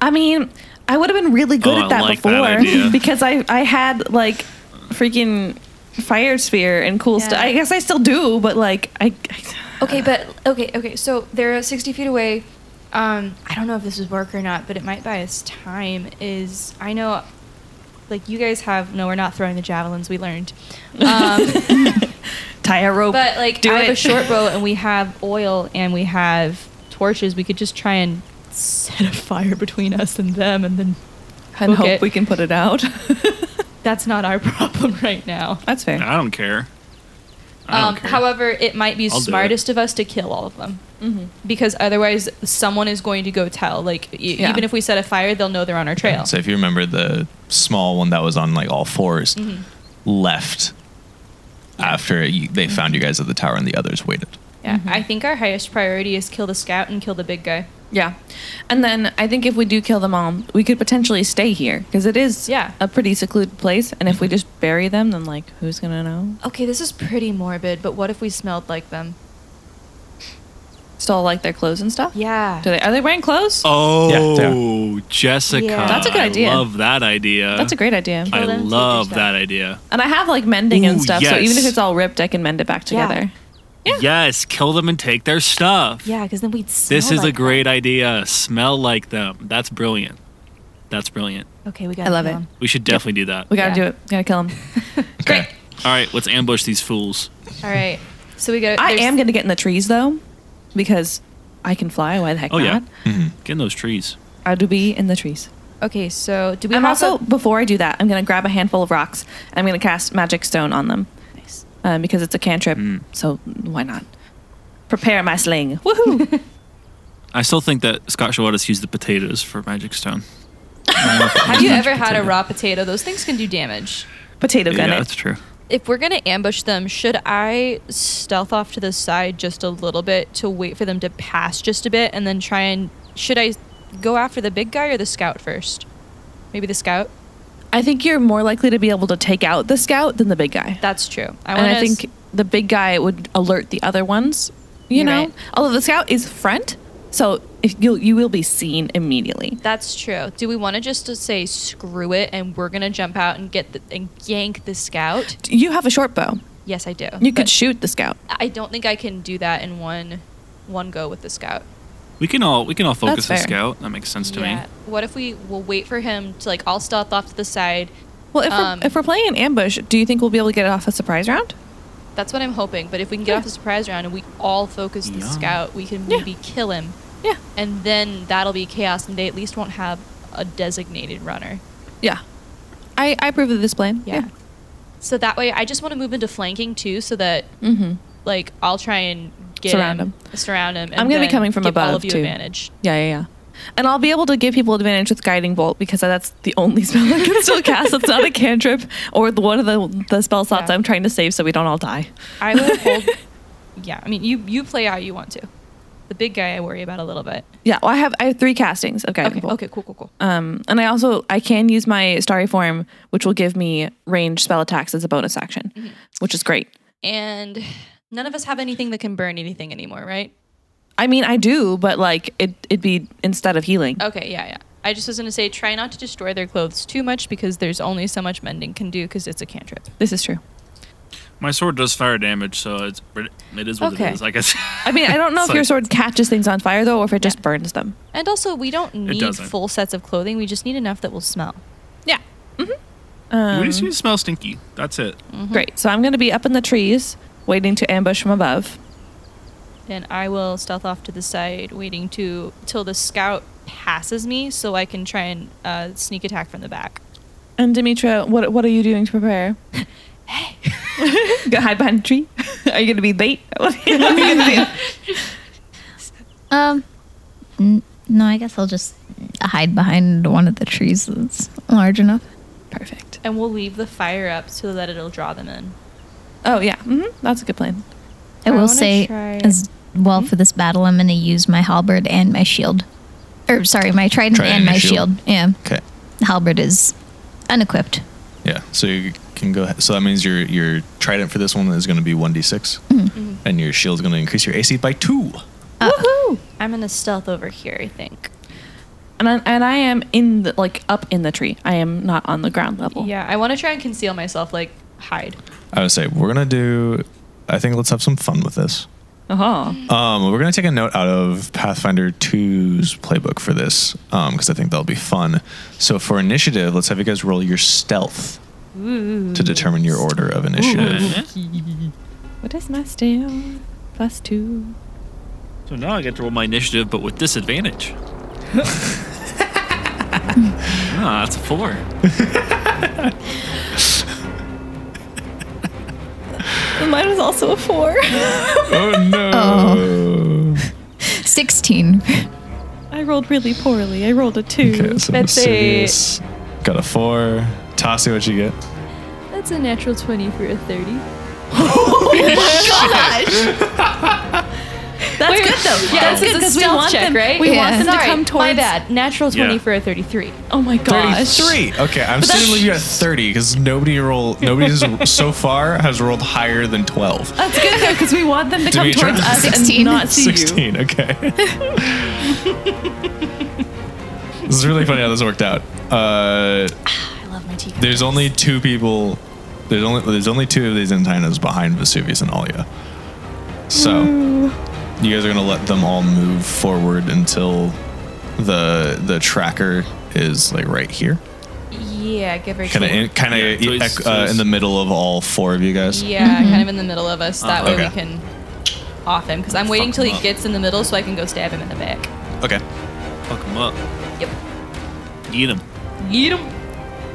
H: I mean, I would have been really good
F: Oh, I
H: at that
F: like
H: before
F: that idea.
H: because I I had like freaking fire sphere and cool
G: Yeah.
H: stuff. I guess I still do, but like I, I
G: Okay, but okay, okay. So they're 60 feet away. Um, I don't know if this would work or not, but it might buy us time. Is I know, like you guys have. No, we're not throwing the javelins. We learned. Um,
H: tie a rope.
G: but like,
H: do
G: I
H: it.
G: have a short bow, and we have oil, and we have torches. We could just try and set a fire between us and them, and then
H: and
G: hook
H: hope
G: it.
H: we can put it out.
G: that's not our problem right now.
H: That's fair.
F: I don't care. I don't
G: Um,
F: care.
G: however, it might be
F: I'll do it.
G: smartest of us to kill all of them
H: Mm-hmm.
G: because otherwise, someone is going to go tell. Like, e-
H: Yeah.
G: even if we set a fire, they'll know they're on our trail.
E: So if you remember the small one that was on like all 4s
H: Mm-hmm.
E: left after you, they found you
H: Mm-hmm.
E: guys at the tower and the others waited.
G: Yeah, I think our highest priority is kill the scout and kill the big guy.
H: Yeah, and then I think if we do kill them all, we could potentially stay here because it is
G: Yeah.
H: a pretty secluded place. And if we just bury them, then like who's gonna know?
G: Okay, this is pretty morbid, but what if we smelled like them?
H: Still like their clothes and stuff.
G: Yeah.
H: Do they are they wearing clothes?
E: Yeah, they are.
F: Oh, Jessica.
G: Yeah. That's
H: a good idea.
F: I love that idea.
H: That's a great idea.
F: I
G: Kill them, take their
F: love
G: stuff.
F: that idea.
H: And I have like mending and
F: Ooh,
H: stuff, so
F: yes.
H: even if it's all ripped, I can mend it back
G: Yeah.
H: together.
F: Yes, kill them and take their stuff.
G: Yeah, because then we'd. Smell
F: This is
G: like
F: a great idea. Smell like them. That's brilliant. That's brilliant.
G: them. Okay, we got.
H: I love it.
F: We should definitely do that.
H: We gotta
G: Yeah.
H: do it. We gotta kill him.
E: Okay.
F: All right, let's ambush these fools.
G: All right, so we got.
H: I am gonna get in the trees though, because I can fly. Why the heck
F: Oh, yeah.
H: not?
F: Get in those trees.
H: I do be in the trees.
G: Okay, so do we
H: I'm
G: have
H: also
G: a-
H: before I do that, I'm gonna grab a handful of rocks and I'm gonna cast magic stone on them,
G: Nice.
H: um, because it's a cantrip.
F: Mm.
H: So why not? Prepare my sling. Woohoo!
F: I still think that Scott should let us use the potatoes for Magic Stone.
G: Have you ever had a raw potato? Those things can do damage.
H: Potato gun.
F: yeah,
H: it.
F: that's true.
G: If we're gonna ambush them, should I stealth off to the side just a little bit to wait for them to pass just a bit, and then try and should I go after the big guy or the scout first? Maybe the scout.
H: I think you're more likely to be able to take out the scout than the big guy.
G: That's true. I
H: and
G: want
H: I think the big guy would alert the other ones. You
G: You're
H: know,
G: right.
H: although the scout is front, so if you you will be seen immediately.
G: that's true. Do we want to just to say screw it and we're gonna jump out and get the, and yank the scout?
H: You have a short bow.
G: Yes, I do.
H: You
G: But
H: could shoot the scout.
G: I don't think I can do that in one one go with the scout.
F: We can all we can all focus the
H: fair.
F: scout. That makes sense to me.
G: What if we will wait for him to like? I'll stealth off to the side.
H: Well, if
G: Um,
H: we're, if we're playing an ambush, do you think we'll be able to get off a surprise round?
G: That's what I'm hoping. But if we can get
H: Yeah.
G: off the surprise round and we all focus the
F: Yeah.
G: scout, we can
H: Yeah.
G: maybe kill him,
H: Yeah,
G: and then that'll be chaos, and they at least won't have a designated runner.
H: yeah. I I approve of this plan.
G: Yeah. So that way, I just want to move into flanking too, so that
H: Mm-hmm.
G: like I'll try and get
H: Surround
G: surround him. And
H: I'm gonna be
G: then
H: coming from
G: give all
H: above,
G: of you
H: too.
G: advantage.
H: Yeah, yeah, yeah. And I'll be able to give people advantage with guiding bolt because that's the only spell I can still cast. That's not a cantrip or the- one of the the spell slots
G: Yeah.
H: I'm trying to save so we don't all die.
G: I will hold. yeah, I mean, you you play how you want to. The big guy I worry about a little bit.
H: Yeah, well, I have I have three castings of guiding
G: Okay.
H: bolt.
G: Okay. Cool. Cool. Cool.
H: Um, and I also I can use my starry form, which will give me range spell attacks as a bonus action, which is great.
G: and none of us have anything that can burn anything anymore, right?
H: I mean, I do, but like it it'd be instead of healing.
G: Okay, yeah, yeah. I just was gonna say, try not to destroy their clothes too much because there's only so much mending can do because it's a cantrip.
H: This is true.
F: My sword does fire damage, so it's it is what
G: Okay.
F: it is. I guess.
H: I mean, I don't know if
F: So-
H: your sword catches things on fire though, or if it just burns them.
G: And also, we don't need
F: doesn't.
G: full sets of clothing. We just need enough that will smell.
H: Yeah.
F: we
H: Um,
F: just need to smell stinky. That's it.
H: Great. So I'm going to be up in the trees, waiting to ambush from above.
G: And I will stealth off to the side, waiting to till the scout passes me, so I can try and uh, sneak attack from the back.
H: And Demetra, what what are you doing to prepare? hey, go hide behind a tree. Are you going to be late? What are you gonna do?
I: Um, n- no, I guess I'll just hide behind one of the trees that's large enough.
H: Perfect.
G: And we'll leave the fire up so that it'll draw them in.
H: Oh yeah, hmm that's a good plan.
I: I
G: I
I: will
G: wanna
I: say
G: try- Hmm?
I: as well for this battle, I'm going to use my halberd and my shield. Or sorry, my trident,
E: Trident
I: and
E: and
I: my shield.
E: shield.
I: Yeah,
E: Okay.
I: halberd is unequipped.
E: Yeah. So you can go. ahead- So that means your your trident for this one is going to be one d six, and your shield's going to increase your AC by two.
G: Woohoo! I'm gonna stealth over here. I think.
H: And I, and I am in the like up in the tree. I am not on the ground level.
G: Yeah, I want to try and conceal myself, like hide.
E: I would say we're gonna do. I think let's have some fun with this.
H: Uh-huh.
E: Um, we're gonna take a note out of Pathfinder 2's playbook for this because I think that'll be fun. So for initiative, let's have you guys roll your stealth to determine your order of initiative.
H: What is my stealth? Plus two.
F: So now I get to roll my initiative, but with disadvantage. ah, that's a four.
H: Mine was also a four.
E: Oh no!
I: Sixteen.
H: I rolled really poorly. I rolled a two.
E: Okay, so
G: That's
E: Sirius got a four. Tassi, what you get?
G: That's a natural 20 for a 30.
H: That's good though.
G: Yeah, that's good because we want them, right?
H: We
I: Yeah.
H: want them
G: Sorry,
H: to come towards.
G: my bad. Natural 20
F: Yeah.
G: for a 33.
H: Oh my gosh.
E: Thirty-three. Okay, I'm still gonna leave you at thirty because nobody roll nobody's so far has rolled higher than twelve.
H: That's good though because we want them to come
E: Demetra?
H: towards us
I: Sixteen.
H: and not see you.
E: Sixteen. Okay. this is really funny how this worked out. Uh,
D: I love my teacup.
E: there's only two people. There's only there's only two of these antennas behind Vesuvius and Alia. So you guys are gonna let them all move forward until the the tracker is like right here,
G: Yeah, give or
E: kind
G: take.
E: of kind
F: Yeah, so he's-
E: of
F: so
E: uh,
F: he's-
E: in the middle of all four of you guys.
G: yeah, kind of in the middle of us. That way
E: okay.
G: we can off him because I'm waiting
F: Oh, Fuck
G: till
F: him
G: he
F: up.
G: gets in the middle so I can go stab him in the back.
E: Okay.
F: Fuck him up.
G: Yep.
F: Eat him.
G: Eat him.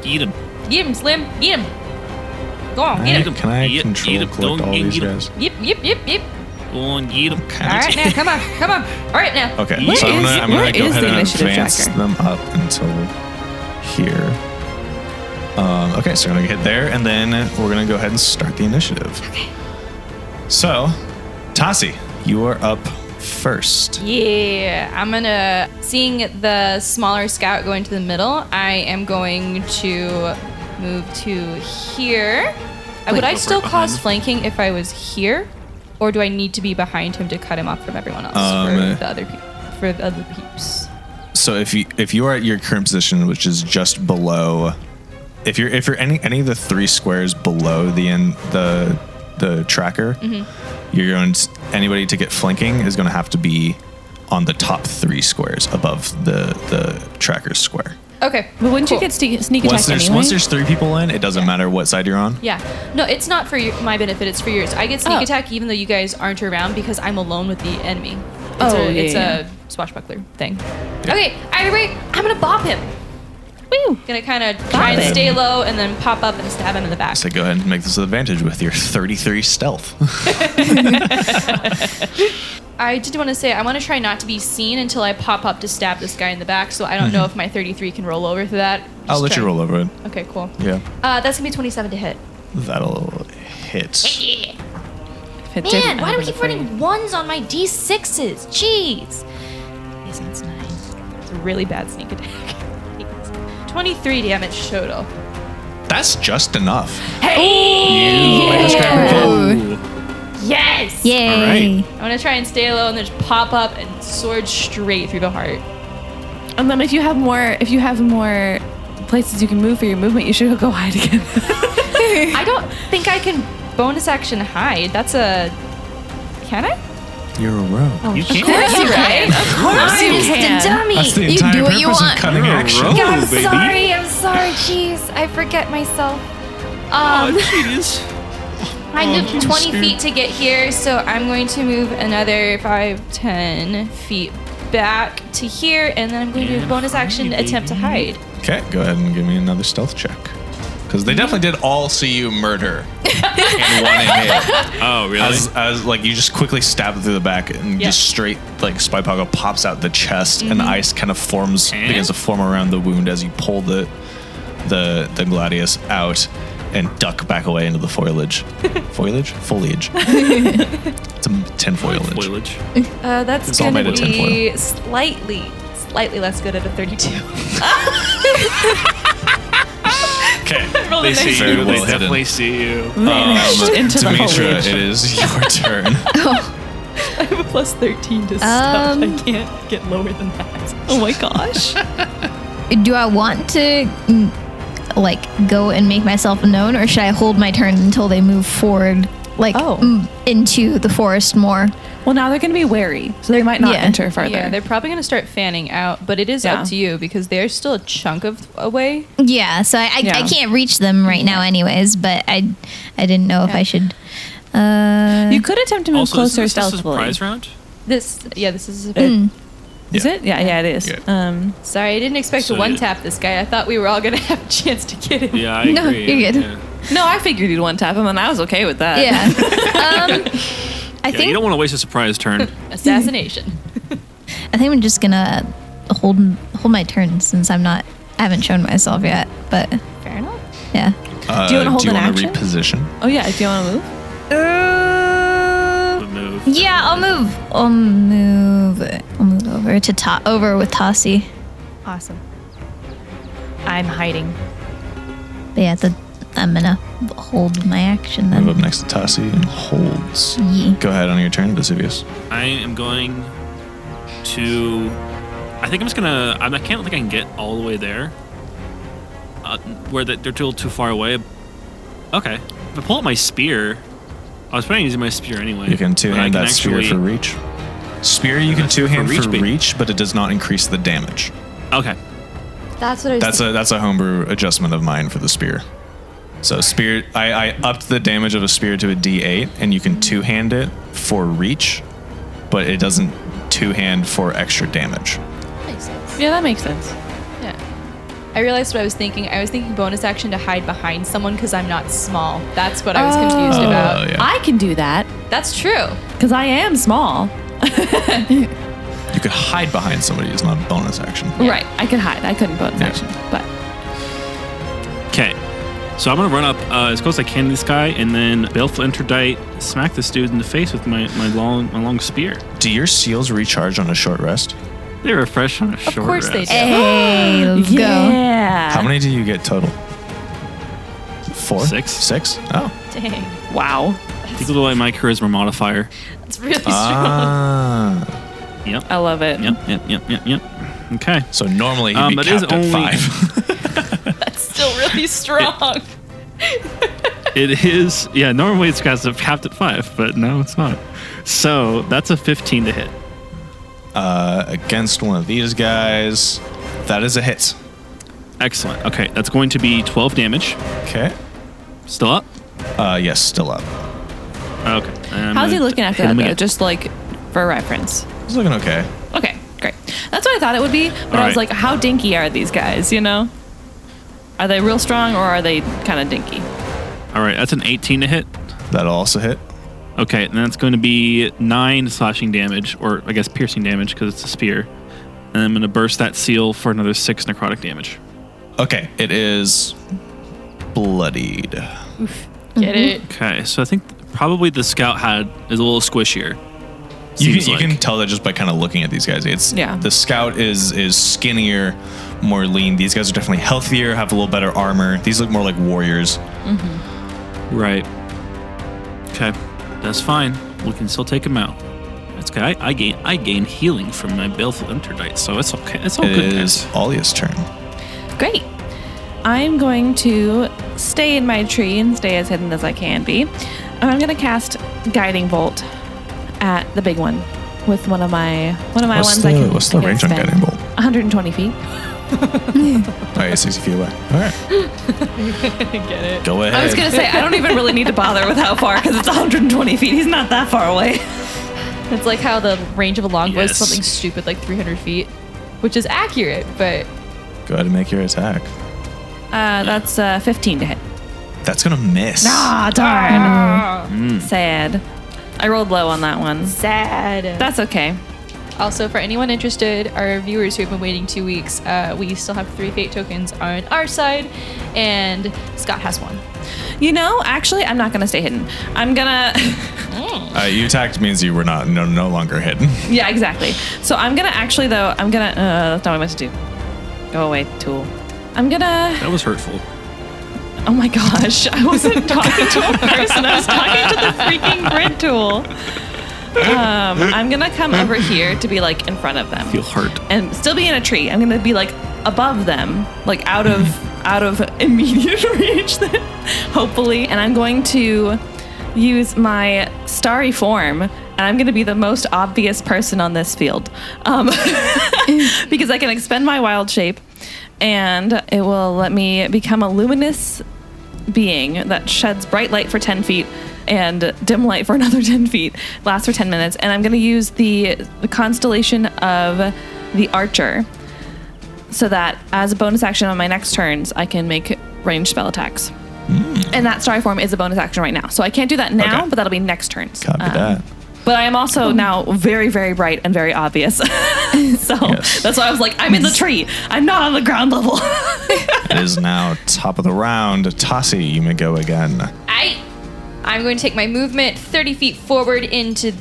F: Eat him.
G: Eat him, Slim. Eat him. Go on, eat him.
F: him.
E: Can I
F: Eat-
E: control
F: eat him.
E: collect
F: Don't
E: all
F: eat
E: these
F: him.
E: guys?
G: Yep, yep, yep, yep.
F: Go on, eat him.
E: Okay.
G: All right, now, come on, come on. All right, now.
E: Okay,
F: Where
E: so I'm
H: is-
E: gonna, I'm
H: where
E: gonna go
H: is
E: ahead
H: the
E: and
H: initiative
E: advance
H: tracker?
E: them up until here. Um, okay, so we're gonna hit there, and then we're gonna go ahead and start the initiative. Okay. So, Tasi, you are up first.
G: Yeah, I'm gonna. Seeing the smaller scout going to the middle, I am going to move to here. Uh, Would
F: Go
G: I
F: for
G: still
F: it behind
G: cause
F: him.
G: flanking if I was here, or do I need to be behind him to cut him off from everyone else
E: Um,
G: for
F: eh.
E: uh,
G: the other pe- for the other peeps?
E: So if you if you are at your current position, which is just below, if you're if you're any any of the three squares below the end the the tracker,
I: Mm-hmm.
E: you're going to, anybody to get flanking is going to have to be on the top three squares above the the tracker square.
G: Okay,
J: But wouldn't
G: cool.
J: you get sneak, sneak
E: Once
J: attack
E: there's
J: anyway?
E: once there's three people in, it doesn't matter what side you're on.
G: Yeah. No, it's not for your, my benefit. It's for yours. I get sneak
J: Oh.
G: attack even though you guys aren't around because I'm alone with the enemy. It's
J: Oh,
G: a,
J: yeah,
G: It's
J: yeah.
G: a swashbuckler thing. Okay, either way, I'm going to bop him.
J: Woo.
G: Gonna kind of try and
J: him.
G: stay low and then pop up and stab him in the back.
E: So go ahead and make this an advantage with your 33 stealth.
G: I did want to say I want to try not to be seen until I pop up to stab this guy in the back. So I don't know if my 33 can roll over for that.
E: Mm-hmm. I'll
G: Just
E: let you
G: try-
E: roll over it.
G: Okay, cool.
E: Yeah,
G: Uh, that's gonna be 27 to hit.
E: that'll hit.
J: If it
D: Man,
J: didn't
D: why do we
J: happen
D: keep
J: for you.
D: running ones on my d6s? Jeez. Yes, that's nice.
G: It's a really bad sneak attack. 23 damage total.
E: That's just enough.
G: Yes.
I: Yay.
G: I want to try and stay low and then just pop up and sword straight through the heart.
J: And then if you have more, if you have more places you can move for your movement, you should go hide again.
G: I don't think I can bonus action hide. That's a. Can I?
E: You're a rogue.
F: You can't.
D: I'm just a dummy.
E: That's the
I: You
E: entire
I: do what
E: purpose
I: you
E: of
I: want.
E: cutting
F: You're a
E: action.
F: rogue,
D: I'm
F: baby.
D: sorry. I'm sorry. Jeez, I forget myself.
F: Oh,
D: Um,
F: jeez.
G: I moved 20 feet to get here, so I'm going to move another 5, 10 feet back to here, and then I'm going to do a bonus action attempt to hide.
E: Okay, go ahead and give me another stealth check. Because they definitely did all see you murder in one hit.
F: Oh, really?
E: As, as like you just quickly stab it through the back and
G: Yeah.
E: just straight like Spypogo pops out the chest
J: Mm-hmm.
E: and the ice kind of forms begins to form around the wound as you pull the the the gladius out and duck back away into the foliage. Foliage? Foliage. it's a tin foliage.
F: Spoilage.
G: Uh, that's
E: all
G: going to
E: made of
G: be slightly, slightly less good at a 32.
E: Okay.
F: They see
E: Very
F: you.
E: well
F: They
E: hidden.
F: definitely see you. Uh,
E: Um,
J: into the
E: Demetra,
J: foliage.
E: it is your turn.
G: I have a plus 13 to stuff.
H: Um,
I: Um,
G: I can't get lower than that.
J: Oh my gosh.
I: Do I want to mm, like go and make myself known or should I hold my turn until they move forward like
J: Oh.
I: mm, into the forest more?
J: well, now they're going to be wary, so they might not
I: Yeah.
J: enter further.
G: Yeah, they're probably going to start fanning out, but it is
J: Yeah.
G: up to you because they're still a chunk of away.
I: Yeah, so I I,
J: Yeah.
I: I can't reach them right now anyways, but I I didn't know if I should uh
J: you could attempt to move
F: Hmm. Also,
J: closer
F: is this, this is
J: stealthily.
F: prize round?
G: This, yeah, this is.
J: Is it? Yeah, yeah, it is.
E: Yeah.
J: Um,
G: Sorry, I didn't expect
F: So
G: to one
F: you-
G: tap this guy. I thought we were all going to have a chance to get him.
F: Yeah, I
I: No,
F: agree.
I: you're good.
F: Yeah.
J: no, I figured you'd one tap him, and I was okay with that.
I: Yeah. um I
F: Yeah,
I: think
F: you don't want to waste a surprise turn.
I: Hmm.
G: Assassination.
I: I think I'm just going to hold hold my turn since I'm not I haven't shown myself yet, but
G: Fair enough.
I: yeah.
E: Uh,
J: Do you wanna hold an
E: wanna
J: action?
E: reposition?
J: Oh yeah. Do you want to move?
I: Uh,
F: Move.
I: yeah, I'll move. I'll move. I'll move over to ta- over with Tossie.
G: Awesome. I'm hiding.
I: But yeah, the, I'm gonna hold my action
E: Move
I: then.
E: up next to Tassi and holds.
I: Yeah.
E: Go ahead on your turn, Vesuvius.
F: I am going to. I think I'm just gonna. I'm- I can't think I can get all the way there. Uh, where the, they're too too far away. Okay, if I pull out my spear. I was planning on using my spear anyway.
E: You can two
F: but I
E: hand
F: can
E: that spear
F: actually-
E: for reach. Spear you can
F: that's for
E: two hand
F: reach,
E: for
F: baby.
E: reach, but it does not increase the damage.
F: Okay,
D: That's what I was
E: That's a that's a homebrew adjustment of mine for the spear. So spear, I, I upped the damage of a spear to a D8, and you can two hand it for reach, but it doesn't two hand for extra damage.
J: Yeah, that makes sense.
G: I realized what I was thinking. I was thinking bonus action to hide behind someone because I'm not small. That's what I was confused
E: Oh.
G: about.
E: Yeah.
J: I can do that
G: That's true.
J: because I am small.
E: You could hide behind somebody; it's not a bonus action.
J: Right. I could hide. I couldn't bonus
E: Yeah.
J: action, but
F: okay. So I'm gonna run up uh, as close as I can to this guy, and then baleful interdite, smack this dude in the face with my, my long my long spear.
E: Do your seals recharge on a short rest?
F: They refresh on a short
G: Of course
F: rest.
G: they do.
I: Hey, let's go.
K: Yeah.
E: How many do you get total? Four,
F: Six.
E: six. Oh,
G: Dang.
K: Wow.
F: Take a little away my charisma modifier.
G: It's really
E: Uh-huh.
G: strong.
E: ah.
F: Yep.
K: I love it.
F: Yep. Yep. Yep. Yep. Yep. Okay.
E: So normally he'd
F: Um,
E: be
F: it is
E: capped at
F: only-
E: five.
G: It's still really strong.
F: It is. Yeah. Normally it's guys have capped at five, but no, it's not. So that's a 15 to hit.
E: uh, against one of these guys, that is a hit.
F: Excellent. Okay, that's going to be 12 damage.
E: Okay.
F: Still up.
E: Uh, yes, still up.
F: Okay. and I'm
H: How's he
F: gonna
H: looking after
F: hit
H: that
F: him
H: though?
F: again.
H: Just like for reference.
E: He's looking okay.
H: Okay, great. That's what I thought it would be, but I was
F: Alright.
H: like, how dinky are these guys? You know, are they real strong or are they kind of dinky?
F: All right, that's an 18 to hit.
E: That'll also hit.
F: Okay, and that's going to be nine slashing damage, or I guess piercing damage because it's a spear. And I'm going to burst that seal for another six necrotic damage.
E: Okay, it is bloodied.
G: Get it?
F: Okay, so I think probably the scout had is a little squishier.
E: You
F: Seems
E: can, you
F: like.
E: can tell that just by kind of looking at these guys. It's
H: Yeah.
E: The scout is is skinnier, more lean. These guys are definitely healthier, have a little better armor. These look more like warriors.
F: Oh, Right. Okay, that's fine. We can still take him out. That's okay. I, I gain I gain healing from my baleful interdite, so it's okay. It's all
E: It
F: good.
E: is Alia's turn.
H: Great. I'm going to stay in my tree and stay as hidden as I can be. And I'm going to cast Guiding Bolt at the big one with one of my one of my
E: What's
H: ones.
E: the,
H: I can,
E: what's the
H: I can
E: range on
H: spend.
E: guiding bolt?
H: 120 feet.
E: Oh, yeah, 60 feet away. All right. Get it. Go ahead.
H: I was going to say I don't even really need to bother with how far because it's 120 feet. He's not that far away.
G: It's like how the range of a longbow
F: Yes.
G: is something stupid like 300 feet, which is accurate, but
E: Go ahead and make your attack.
H: Uh, that's uh, 15 to hit.
E: That's going to miss.
H: Ah, darn. Hmm. Sad. I rolled low on that one.
G: sad.
H: That's okay.
G: Also, for anyone interested, our viewers who have been waiting two weeks, uh, we still have three fate tokens on our side, and Scott has one.
H: You know, actually, I'm not going to stay hidden. I'm going to.
E: Uh, you attacked means you were not no, no longer hidden.
H: Yeah, exactly. So I'm gonna actually though I'm gonna uh, that's not what I'm meant to do. Go away, tool. I'm gonna.
F: That was hurtful.
H: Oh my gosh, I wasn't talking to a person. I was talking to the freaking grid tool. Um, I'm gonna come over here to be like in front of them
F: Feel hurt.
H: and still be in a tree. I'm gonna be like above them, like out of out of immediate reach, then, hopefully. And I'm going to use my starry form, and I'm gonna be the most obvious person on this field, um, because I can expend my wild shape, and it will let me become a luminous being that sheds bright light for 10 feet and dim light for another 10 feet lasts for 10 minutes and i'm going to use the, the constellation of the archer so that as a bonus action on my next turns i can make ranged spell attacks and that starry form is a bonus action right now so i can't do that now
E: Hmm. Okay.
H: but that'll be next turns
E: Copy
H: Um,
E: that.
H: but i am
I: Oh.
H: also now very very bright and very obvious so
E: Yes.
H: that's why i was like i'm in the tree i'm not on the ground level
E: It is now top of the round. Tassi, you may go again.
G: I, I'm going to take my movement 30 feet forward into,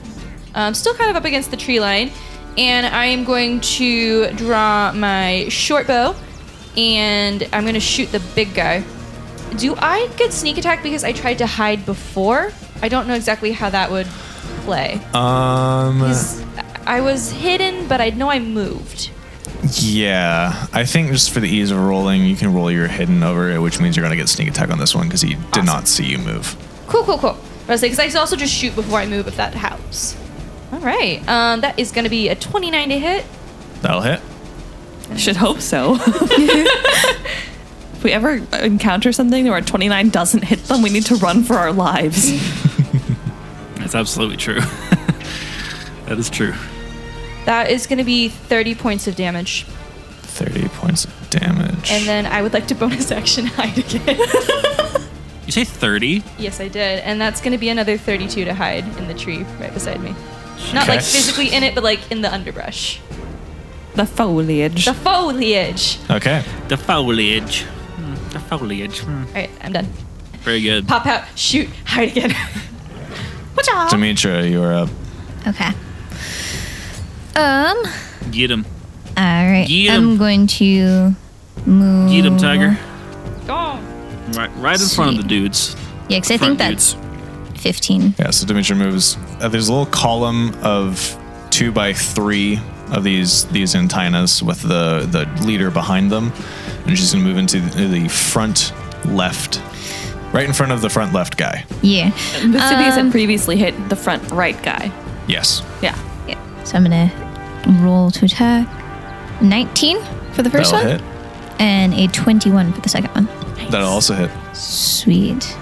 G: um, still kind of up against the tree line, and I am going to draw my short bow, and I'm going to shoot the big guy. Do I get sneak attack because I tried to hide before? I don't know exactly how that would play.
E: Um,
G: Is- I was hidden, but I know I moved.
E: yeah, I think just for the ease of rolling, you can roll your hidden over it, which means you're gonna get sneak attack on this one because he did not see you move.
G: Cool, cool, cool. I was like, because I can also just shoot before I move if that helps. All right. Um, that is going to be a 29 to hit.
E: That'll hit.
H: Should hope so. if we ever encounter something where 29 doesn't hit them, we need to run for our lives.
F: That's absolutely true. that is true.
G: That is going to be 30 points of damage.
E: Thirty points of damage.
G: And then I would like to bonus action hide again.
F: You say 30?
G: yes, I did. And that's going to be another 32 to hide in the tree right beside me. Not
E: Okay.
G: like physically in it, but like in the underbrush.
H: The foliage.
G: The foliage.
E: okay,
F: The foliage. The foliage. Hmm.
G: All right, I'm done.
F: Very good.
G: Pop out, shoot, hide again.
E: Demetra, you are up.
I: Okay. Um.
F: Get him.
I: All right.
F: Yeet 'em.
I: I'm going to move.
F: Get him, tiger.
G: Go.
F: Right, right in front of the dudes.
I: Yeah, 'cause I think
F: Front
I: that's 15.
E: Yeah, so Demetra moves. Uh, there's a little column of two by three of these these antennas with the the leader behind them, and she's gonna move into the, the front left, right in front of the front left guy.
I: Yeah.
J: The cities had previously hit the front right guy.
E: Yes.
J: Yeah.
I: Um, yeah. So I'm going to roll to attack. 19 for the 1st
E: That'll
I: one,
E: hit.
I: and a 21 for the second one.
E: That'll also hit.
I: Sweet.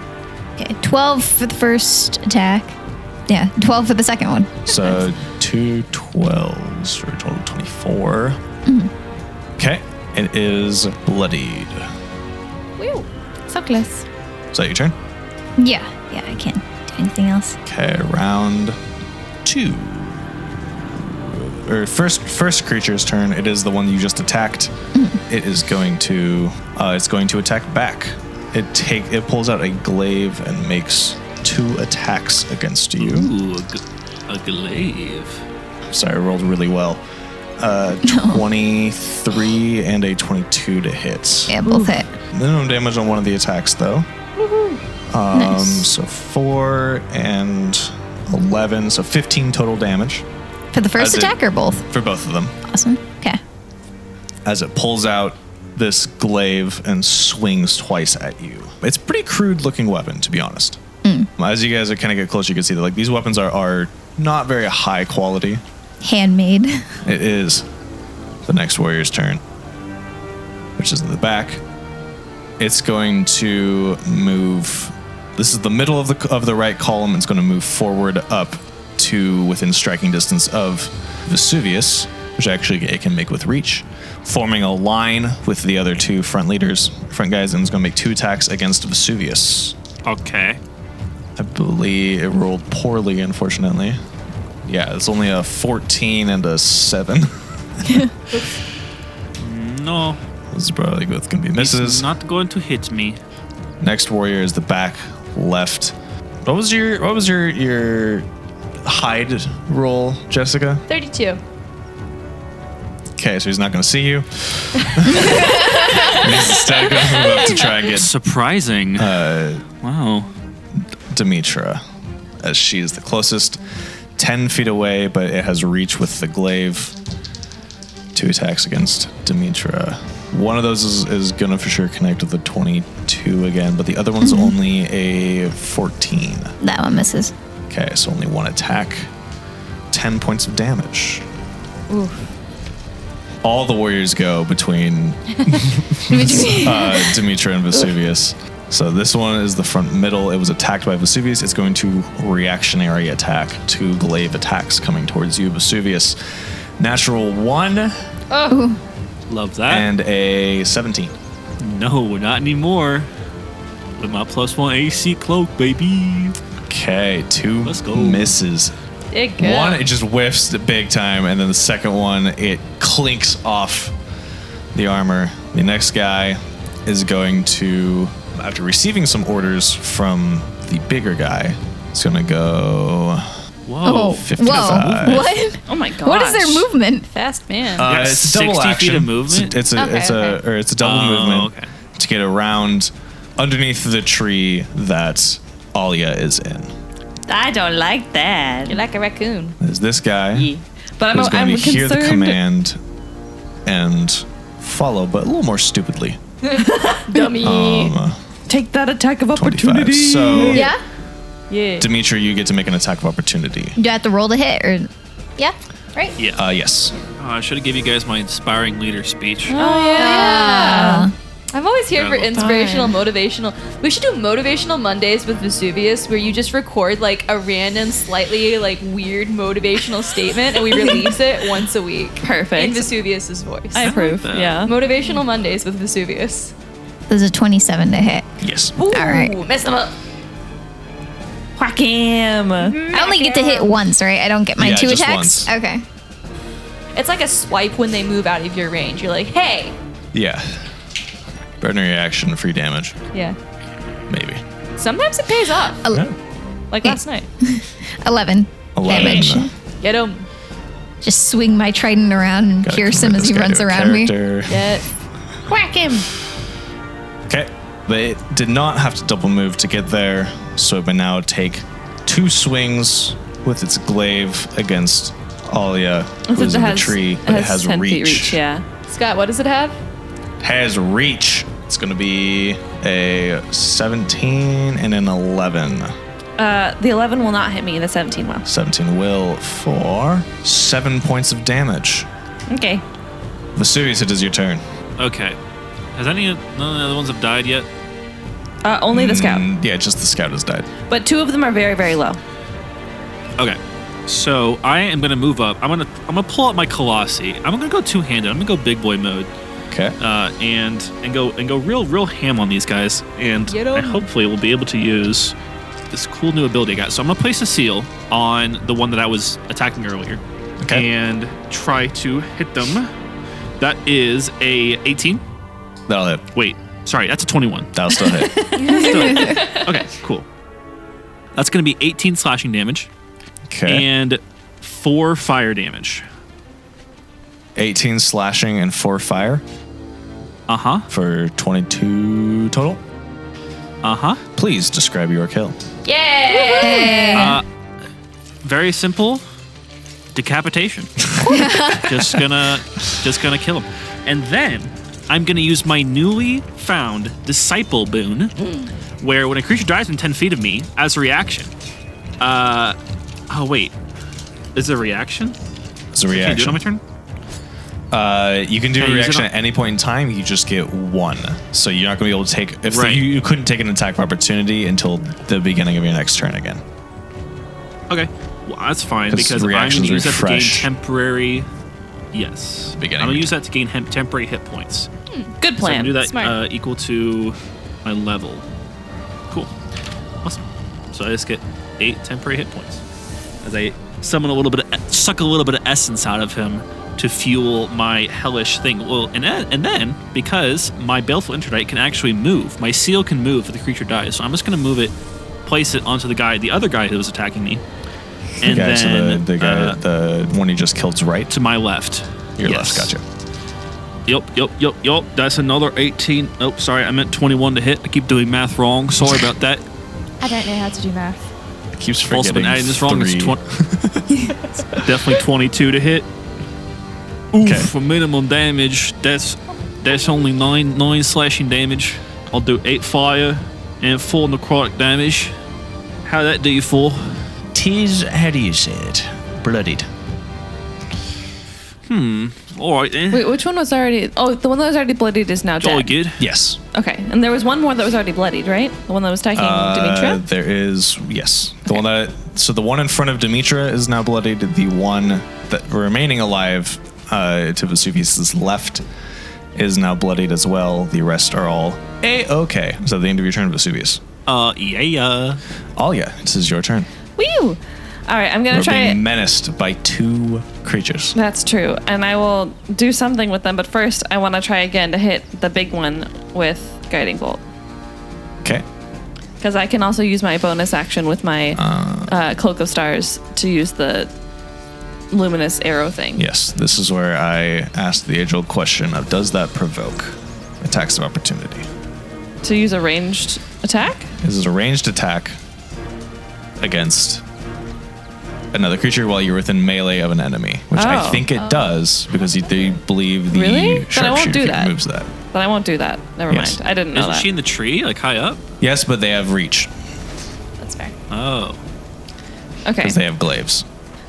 I: Okay, 12 for the first attack. Yeah, 12 for the second one.
E: So two 12s for a total of 24. Okay. It is bloodied.
J: So close.
E: Is that your turn?
I: Yeah, yeah, I can't do anything else.
E: Okay, round two. Or first, first creature's turn. It is the one you just attacked. It is going to, uh, it's going to attack back. It take, it pulls out a glaive and makes two attacks against you.
F: Ooh, a, g- a glaive.
E: Sorry, I rolled really well. Uh, twenty-three and a twenty-two to hit.
I: Yeah, both hit.
E: Minimum damage on one of the attacks, though. Um,
I: Nice.
E: So four and eleven, so fifteen total damage
I: For the first
E: As in-
I: attack or both?
E: for both of them.
I: Awesome. Okay.
E: As it pulls out this glaive and swings twice at you. It's a pretty crude looking weapon, to be honest. As you guys are kind of get closer, you can see that like these weapons are are not very high quality.
I: Handmade.
E: It is the next warrior's turn, which is in the back. It's going to move. This is the middle of the of the right column. It's going to move forward up to within striking distance of Vesuvius, which actually it can make with reach, forming a line with the other two front leaders, front guys, and it's going to make two attacks against Vesuvius.
F: Okay.
E: I believe it rolled poorly, unfortunately. Yeah, it's only a 14 and a 7.
F: No,
E: This is probably both gonna be
F: this
E: misses.
F: is not going to hit me.
E: Next warrior is the back left. What was your what was your your hide roll, Jessica?
G: 32.
E: Okay, so he's not gonna see you. he's instead gonna move up to try and get
F: Surprising.
E: Uh,
F: wow.
E: Demetra, as she is the closest, ten feet away, but it has reach with the glaive. Two attacks against Demetra. One of those is, is gonna for sure connect with the twenty-two again, but the other one's only a fourteen.
I: Mm-hmm. That one misses.
E: Okay, so only one attack, 10 points of damage. All the warriors go between uh, Demetra and Vesuvius. So this one is the front middle. It was attacked by Vesuvius. It's going to reactionary attack. Two glaive attacks coming towards you, Vesuvius. Natural one
F: Love that.
E: and a 17.
F: no, not anymore. With my plus one AC cloak, baby.
E: Okay, 2
F: Let's go.
E: misses.
G: It good.
E: One, it just whiffs the big time, and then the second one, it clinks off the armor. The next guy is going to, after receiving some orders from the bigger guy, it's going to go.
I: Oh,
F: Whoa.
I: whoa.
E: 55.
I: What?
J: Oh my god.
I: What is their movement?
G: Fast man.
E: Uh,
F: Yes, 60 feet of movement?
E: It's a, it's a,
G: Okay,
E: or it's a double
F: Oh,
E: movement
F: okay.
E: to get around underneath the tree that Alia is in.
J: I don't like that.
G: You're like a raccoon.
E: Is this guy?
J: But I'm,
E: who's going
J: I'm
E: to hear
J: concerned.
E: the command and follow, but a little more stupidly.
G: Dummy.
E: Um,
J: Take that attack of
E: 25.
J: opportunity.
E: So,
I: Yeah?
G: yeah.
E: Dimitri, you get to make an attack of opportunity.
I: Do I have to roll to hit or. Yeah? Right?
F: Yeah.
E: Uh, yes.
F: Oh, I should have given you guys my inspiring leader speech.
G: Oh yeah. I'm always here
F: Yeah,
G: for
F: well,
G: inspirational, motivational. We should do motivational Mondays with Vesuvius, where you just record like a random, slightly like weird motivational statement, and we release it once a week in
J: Perfect.
G: Vesuvius's voice.
J: I approve.
F: that.
J: Yeah.
G: motivational Mondays with Vesuvius.
I: There's a 27 to hit.
E: Yes.
G: Ooh,
I: right.
G: mess them up.
J: Whack him.
I: I only get to hit once, right? I don't get my
E: Yeah,
I: two
E: just
I: attacks?
E: once.
I: Okay.
G: It's like a swipe when they move out of your range. You're like, hey,
E: Yeah. Ordinary action, free damage.
G: Yeah.
E: Maybe.
G: Sometimes it pays off,
I: Ele-
G: like last night.
I: 11.
E: 11.
I: Damage.
G: Get him.
I: Just swing my trident around and
E: Gotta
I: pierce
E: convert
I: him as
E: this
I: he
E: guy
I: runs
E: to a
I: around me.
E: character.
G: Get.
I: Whack him!
E: Okay. They did not have to double move to get there, so it may now take two swings with its glaive against Alia, who is in the tree, but it has,
H: 10
E: reach.
H: feet reach. Yeah.
G: Scott, what does it have?
E: Has reach. It's going to be a 17 and an 11.
H: Uh, the 11 will not hit me. The 17 will.
E: 17 will for seven points of damage.
H: Okay.
E: Vesuvius, it is your turn.
F: Okay. Has any none of the other ones have died yet?
H: Uh, only the scout.
E: Mm, yeah, just the scout has died.
H: But two of them are very, very low.
F: Okay. So I am gonna move up. I'm gonna I'm gonna pull out my Colossi. I'm gonna go two handed. I'm gonna go big boy mode.
E: Okay.
F: uh, and and go and go real real ham on these guys, and I hopefully we'll be able to use this cool new ability I got. So I'm gonna place a seal on the one that I was attacking earlier,
E: Okay.
F: and try to hit them. That is a 18.
E: That'll hit.
F: Wait, sorry, that's a 21.
E: That'll still hit.
F: Okay, cool. That's gonna be 18 slashing damage
E: Okay.
F: and four fire damage.
E: 18 slashing and 4 fire
F: Uh huh.
E: for 22 total.
F: Uh huh.
E: Please describe your kill.
F: very simple decapitation just gonna just gonna kill him and then i'm gonna use my newly found disciple boon where when a creature dies within 10 feet of me as a reaction uh oh wait is it a reaction
E: It's a
F: can i do it
E: reaction.
F: on my turn
E: Uh, you can do
F: Can
E: a
F: I use it
E: reaction
F: on-
E: at any point in time. You just get one. So you're not going to be able to take. If
F: Right.
E: you, you couldn't take an attack of opportunity until the beginning of your next turn again.
F: okay well that's fine
E: 'Cause
F: because i'm gonna
E: reactions
F: use that to gain
E: refresh.
F: temporary yes
E: Beginning.
F: i'm gonna use that to gain hem- temporary hit points
H: Good
F: So I can
H: plan.
F: do that
G: Smart.
F: uh, equal to my level. Cool. Awesome. So I just get eight temporary hit points as I summon a little bit, of, suck a little bit of essence out of him to fuel my hellish thing. Well, and then, and then because my baleful interdite can actually move, my seal can move if the creature dies. So I'm just gonna move it, place it onto the guy, the other guy who was attacking me, and
E: okay,
F: then
E: so the, the, guy,
F: uh,
E: the one you just killed's right.
F: to my left.
E: Your
F: Yes.
E: left. Gotcha.
F: Yep, yep, yep, yep. That's another 18. Oh, sorry, I meant 21 to hit. I keep doing math wrong. Sorry about that.
G: I don't know how to do math.
E: Keeps
F: I've
E: forgetting.
F: also been adding this wrong. It's
E: three.
F: 20. definitely 22 to hit. Oof, for minimum damage, that's that's only nine nine slashing damage. I'll do eight fire and four necrotic damage. How that do you for?
E: Tis, how do you say it? Bloodied.
F: Hmm, All right then.
H: Wait, which one was already? Oh, the one that was already bloodied is now
F: It's all
H: dead.
F: good.
E: Yes.
H: Okay, and there was one more that was already bloodied, right? The one that was attacking
E: Uh,
H: Demetria.
E: there is yes. The one that so the one in front of Demetra is now bloodied. The one that remaining alive uh, to Vesuvius's left is now bloodied as well. The rest are all a okay. So the end of your turn, Vesuvius.
F: Uh, yeah, yeah.
E: Alia, this is your turn.
H: Woo! All right, I'm gonna
E: We're
H: try
E: being
H: it.
E: menaced by two creatures.
H: That's true, and I will do something with them. But first, I want to try again to hit the big one with guiding bolt
E: Okay.
H: because I can also use my bonus action with my uh, cloak of stars to use the luminous arrow thing.
E: Yes, this is where I asked the age-old question of does that provoke attacks of opportunity?
H: To use a ranged attack.
E: This is a ranged attack against another creature while you're within melee of an enemy, which I
H: Oh.
E: think it does because you, they believe the
H: Really? Then I
E: sharpshooter
H: won't do
E: feat
H: that.
E: moves that.
H: But I won't do that. Never
E: Yes.
H: mind. I didn't know
F: Isn't
H: that.
F: she in the tree, like high up?
E: Yes, but they have reach
H: That's fair.
F: Oh,
H: Okay.
E: because they have glaives.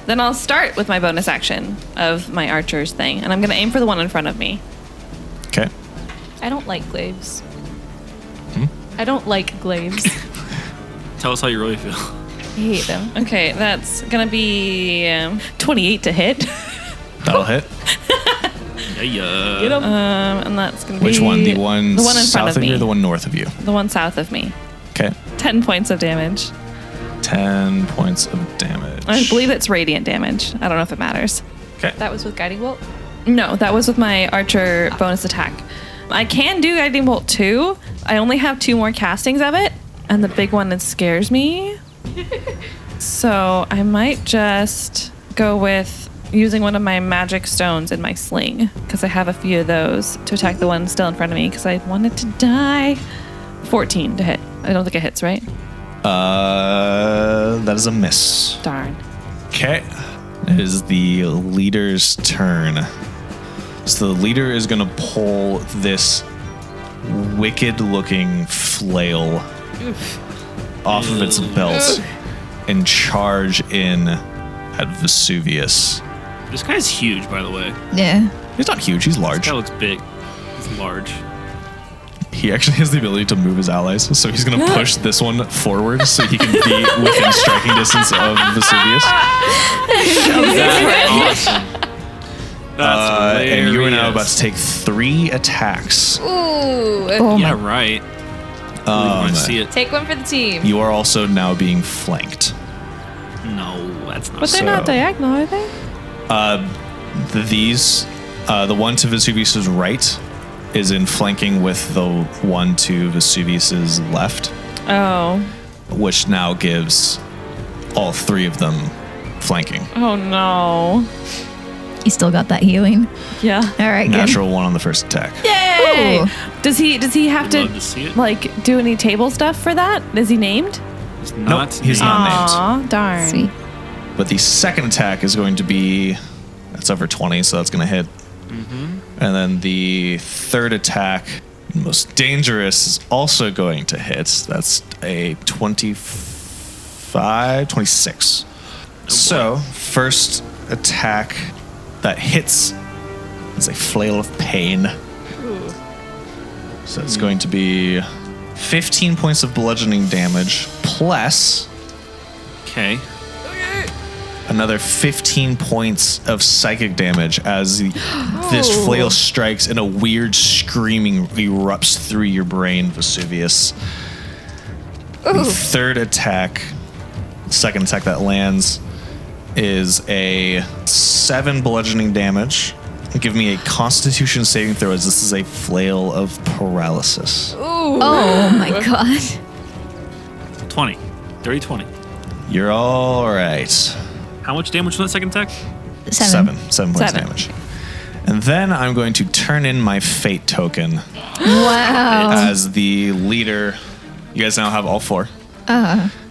H: Then I'll start with my bonus action of my archer's thing, and I'm gonna aim for the one in front of me.
E: Okay.
G: I don't like glaives. I don't like glaives.
F: tell us how you really feel.
G: I hate them.
H: Okay, that's gonna be um, 28 to hit, Oh.
E: That'll hit.
F: Yeah, yeah.
G: Get 'em.
H: um, and that's gonna
E: Which
H: be
E: one? The one,
H: the one in
E: south
H: front of
E: you
H: me,
E: or the one north of you?
H: the one south of me.
E: Okay.
H: 10 points of damage.
E: 10 points of damage.
H: I believe it's radiant damage. I don't know if it matters.
E: Okay.
G: that was with guiding bolt.
H: No, that was with my archer bonus attack. I can do Guiding Bolt 2. I only have two more castings of it, and the big one that scares me. so I might just go with using one of my magic stones in my sling, because I have a few of those to attack the one still in front of me, because I wanted to die. 14 to hit. I don't think it hits, right?
E: Uh, that is a miss.
H: Darn.
E: Okay. It is the leader's turn. So the leader is going to pull this wicked looking flail off of its belt and charge in at Vesuvius.
F: This guy's huge, by the way.
I: Yeah.
E: He's not huge, he's large.
F: That looks big. He's large.
E: He actually has the ability to move his allies, so he's going to push this one forward so he can be within striking distance of Vesuvius.
F: That's awesome. That's
E: Uh, and you are now about
F: hilarious.
E: to take three attacks.
G: Ooh.
F: Yeah, right.
E: Um,
F: I want to see it.
G: Take one for the team.
E: You are also now being flanked.
F: No, that's not.
H: But they're
E: So-
H: not diagonal, are they?
E: Th- these, uh, the one to Vesuvius's right, is in flanking with the one to Vesuvius's left,
H: Oh.
E: which now gives all three of them flanking.
H: Oh no.
I: You still got that healing.
H: Yeah.
I: All right, good.
E: Natural one on the first attack.
H: Yay!
I: Ooh.
H: Does he does he have
F: I'd
H: to,
F: love to see it.
H: like do any table stuff for that? Is he named?
F: It's not
E: he's not. Unnamed.
H: Aw, darn.
I: Oh, Sweet.
E: But the second attack is going to be that's over 20, so that's going to hit. And then the third attack, most dangerous, is also going to hit. That's a 25, 26. so, first attack that hits is a flail of pain. So, it's going to be 15 points of bludgeoning damage plus
F: Okay.
E: another 15 points of psychic damage as the- this flail strikes and a weird screaming erupts through your brain, Vesuvius. The Third attack, second attack that lands is a seven bludgeoning damage. Give me a constitution saving throw as this is a flail of paralysis.
I: Oh my god.
F: 20. Dirty 20.
E: You're all right.
F: How much damage was that second attack?
I: Seven.
E: Seven. Seven points
H: Seven.
E: damage. And then I'm going to turn in my fate token
I: Wow.
E: as the leader. You guys now have all four.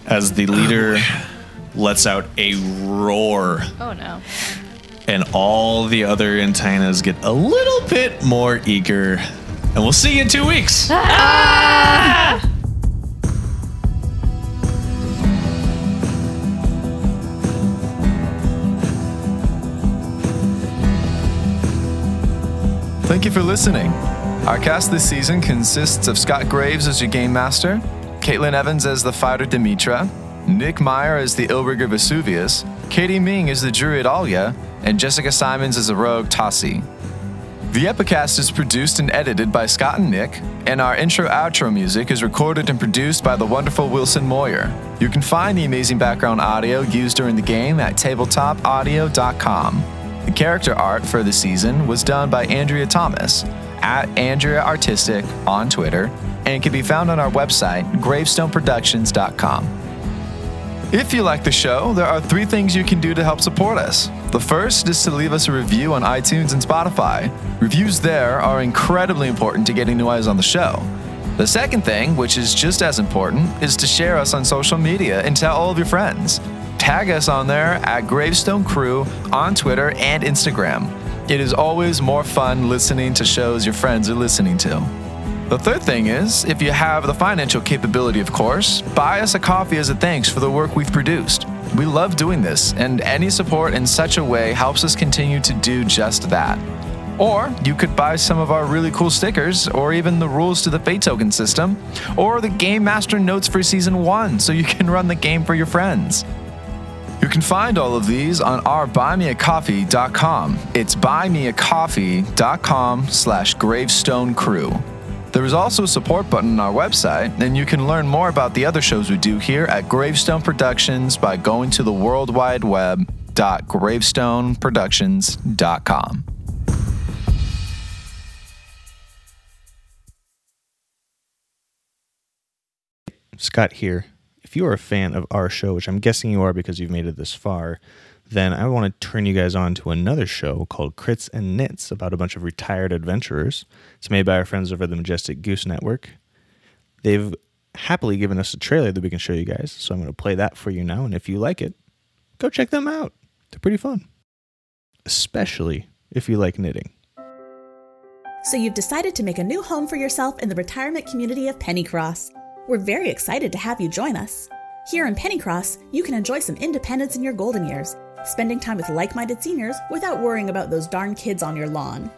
E: As the leader lets out a roar,
G: Oh no.
E: and all the other antennas get a little bit more eager. And we'll see you in two weeks.
L: Thank you for listening. Our cast this season consists of Scott Graves as your game master, Caitlin Evans as the fighter Demetra, Nick Meyer as the Illrigger Vesuvius, Katie Ming as the druid Alia, and Jessica Simons as the rogue Tassi. The Epicast is produced and edited by Scott and Nick, and our intro outro music is recorded and produced by the wonderful Wilson Moyer. You can find the amazing background audio used during the game at tabletopaudio.com. The character art for the season was done by Andrea Thomas at Andrea Artistic on Twitter and can be found on our website, gravestoneproductions.com. If you like the show, there are three things you can do to help support us. The first is to leave us a review on iTunes and Spotify. Reviews there are incredibly important to getting new eyes on the show. The second thing, which is just as important, is to share us on social media and tell all of your friends. Tag us on there at Gravestone Crew on Twitter and Instagram. It is always more fun listening to shows your friends are listening to. The third thing is, if you have the financial capability, of course, buy us a coffee as a thanks for the work we've produced. We love doing this, and any support in such a way helps us continue to do just that. Or you could buy some of our really cool stickers, or even the rules to the Fate Token system, or the Game Master notes for Season 1 so you can run the game for your friends. You can find all of these on our buymeacoffee.com. It's buymeacoffee.com slash gravestone crew. There is also a support button on our website, and you can learn more about the other shows we do here at Gravestone Productions by going to the World Wide Web dot gravestoneproductions.com.
A: Scott here. If you are a fan of our show, which I'm guessing you are because you've made it this far, then I want to turn you guys on to another show called Crits and Knits about a bunch of retired adventurers. It's made by our friends over at the Majestic Goose Network. They've happily given us a trailer that we can show you guys, so I'm going to play that for you now. And if you like it, go check them out. They're pretty fun, especially if you like knitting.
G: So you've decided to make a new home for yourself in the retirement community of Pennycross. We're very excited to have you join us. Here in Pennycross, you can enjoy some independence in your golden years, spending time with like minded seniors without worrying about those darn kids on your lawn.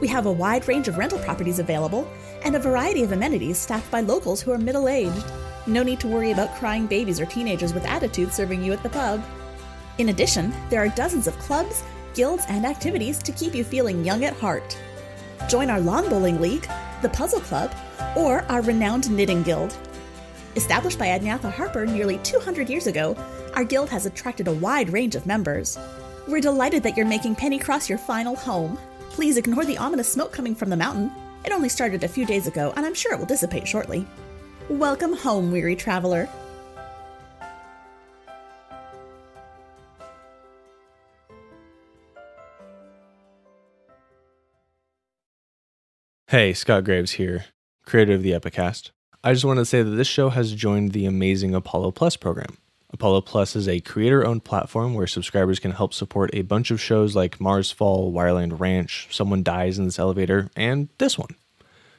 G: We have a wide range of rental properties available and a variety of amenities staffed by locals who are middle aged. No need to worry about crying babies or teenagers with attitudes serving you at the pub. In addition, there are dozens of clubs, guilds, and activities to keep you feeling young at heart. Join our lawn bowling league, the puzzle club, or our renowned knitting guild. Established by Adnyatha Harper nearly 200 years ago, our guild has attracted a wide range of members. We're delighted that you're making Pennycross your final home. Please ignore the ominous smoke coming from the mountain. It only started a few days ago, and I'm sure it will dissipate shortly. Welcome home, weary traveler.
A: Hey, Scott Graves here, creator of the Epicast. I just wanted to say that this show has joined the amazing Apollo Plus program. Apollo Plus is a creator owned platform where subscribers can help support a bunch of shows like Mars Fall, Wireland Ranch, Someone Dies in This Elevator, and this one.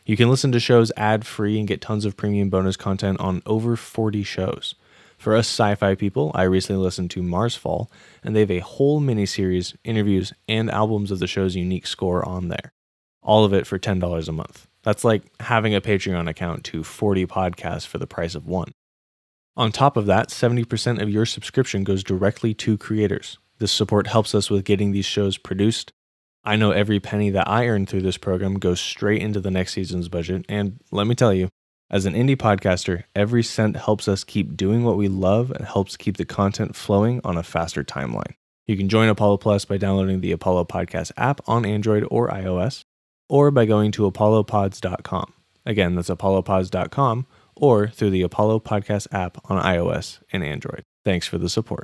A: You can listen to shows ad free and get tons of premium bonus content on over 40 shows. For us sci fi people, I recently listened to Mars Fall, and they have a whole miniseries, interviews, and albums of the show's unique score on there. All of it for $10 a month. That's like having a Patreon account to 40 podcasts for the price of one. On top of that, 70% of your subscription goes directly to creators. This support helps us with getting these shows produced. I know every penny that I earn through this program goes straight into the next season's budget, and let me tell you, as an indie podcaster, every cent helps us keep doing what we love and helps keep the content flowing on a faster timeline. You can join Apollo Plus by downloading the Apollo Podcast app on Android or iOS, or by going to apollopods.com. Again, that's apollopods.com or through the Apollo Podcast app on iOS and Android. Thanks for the support.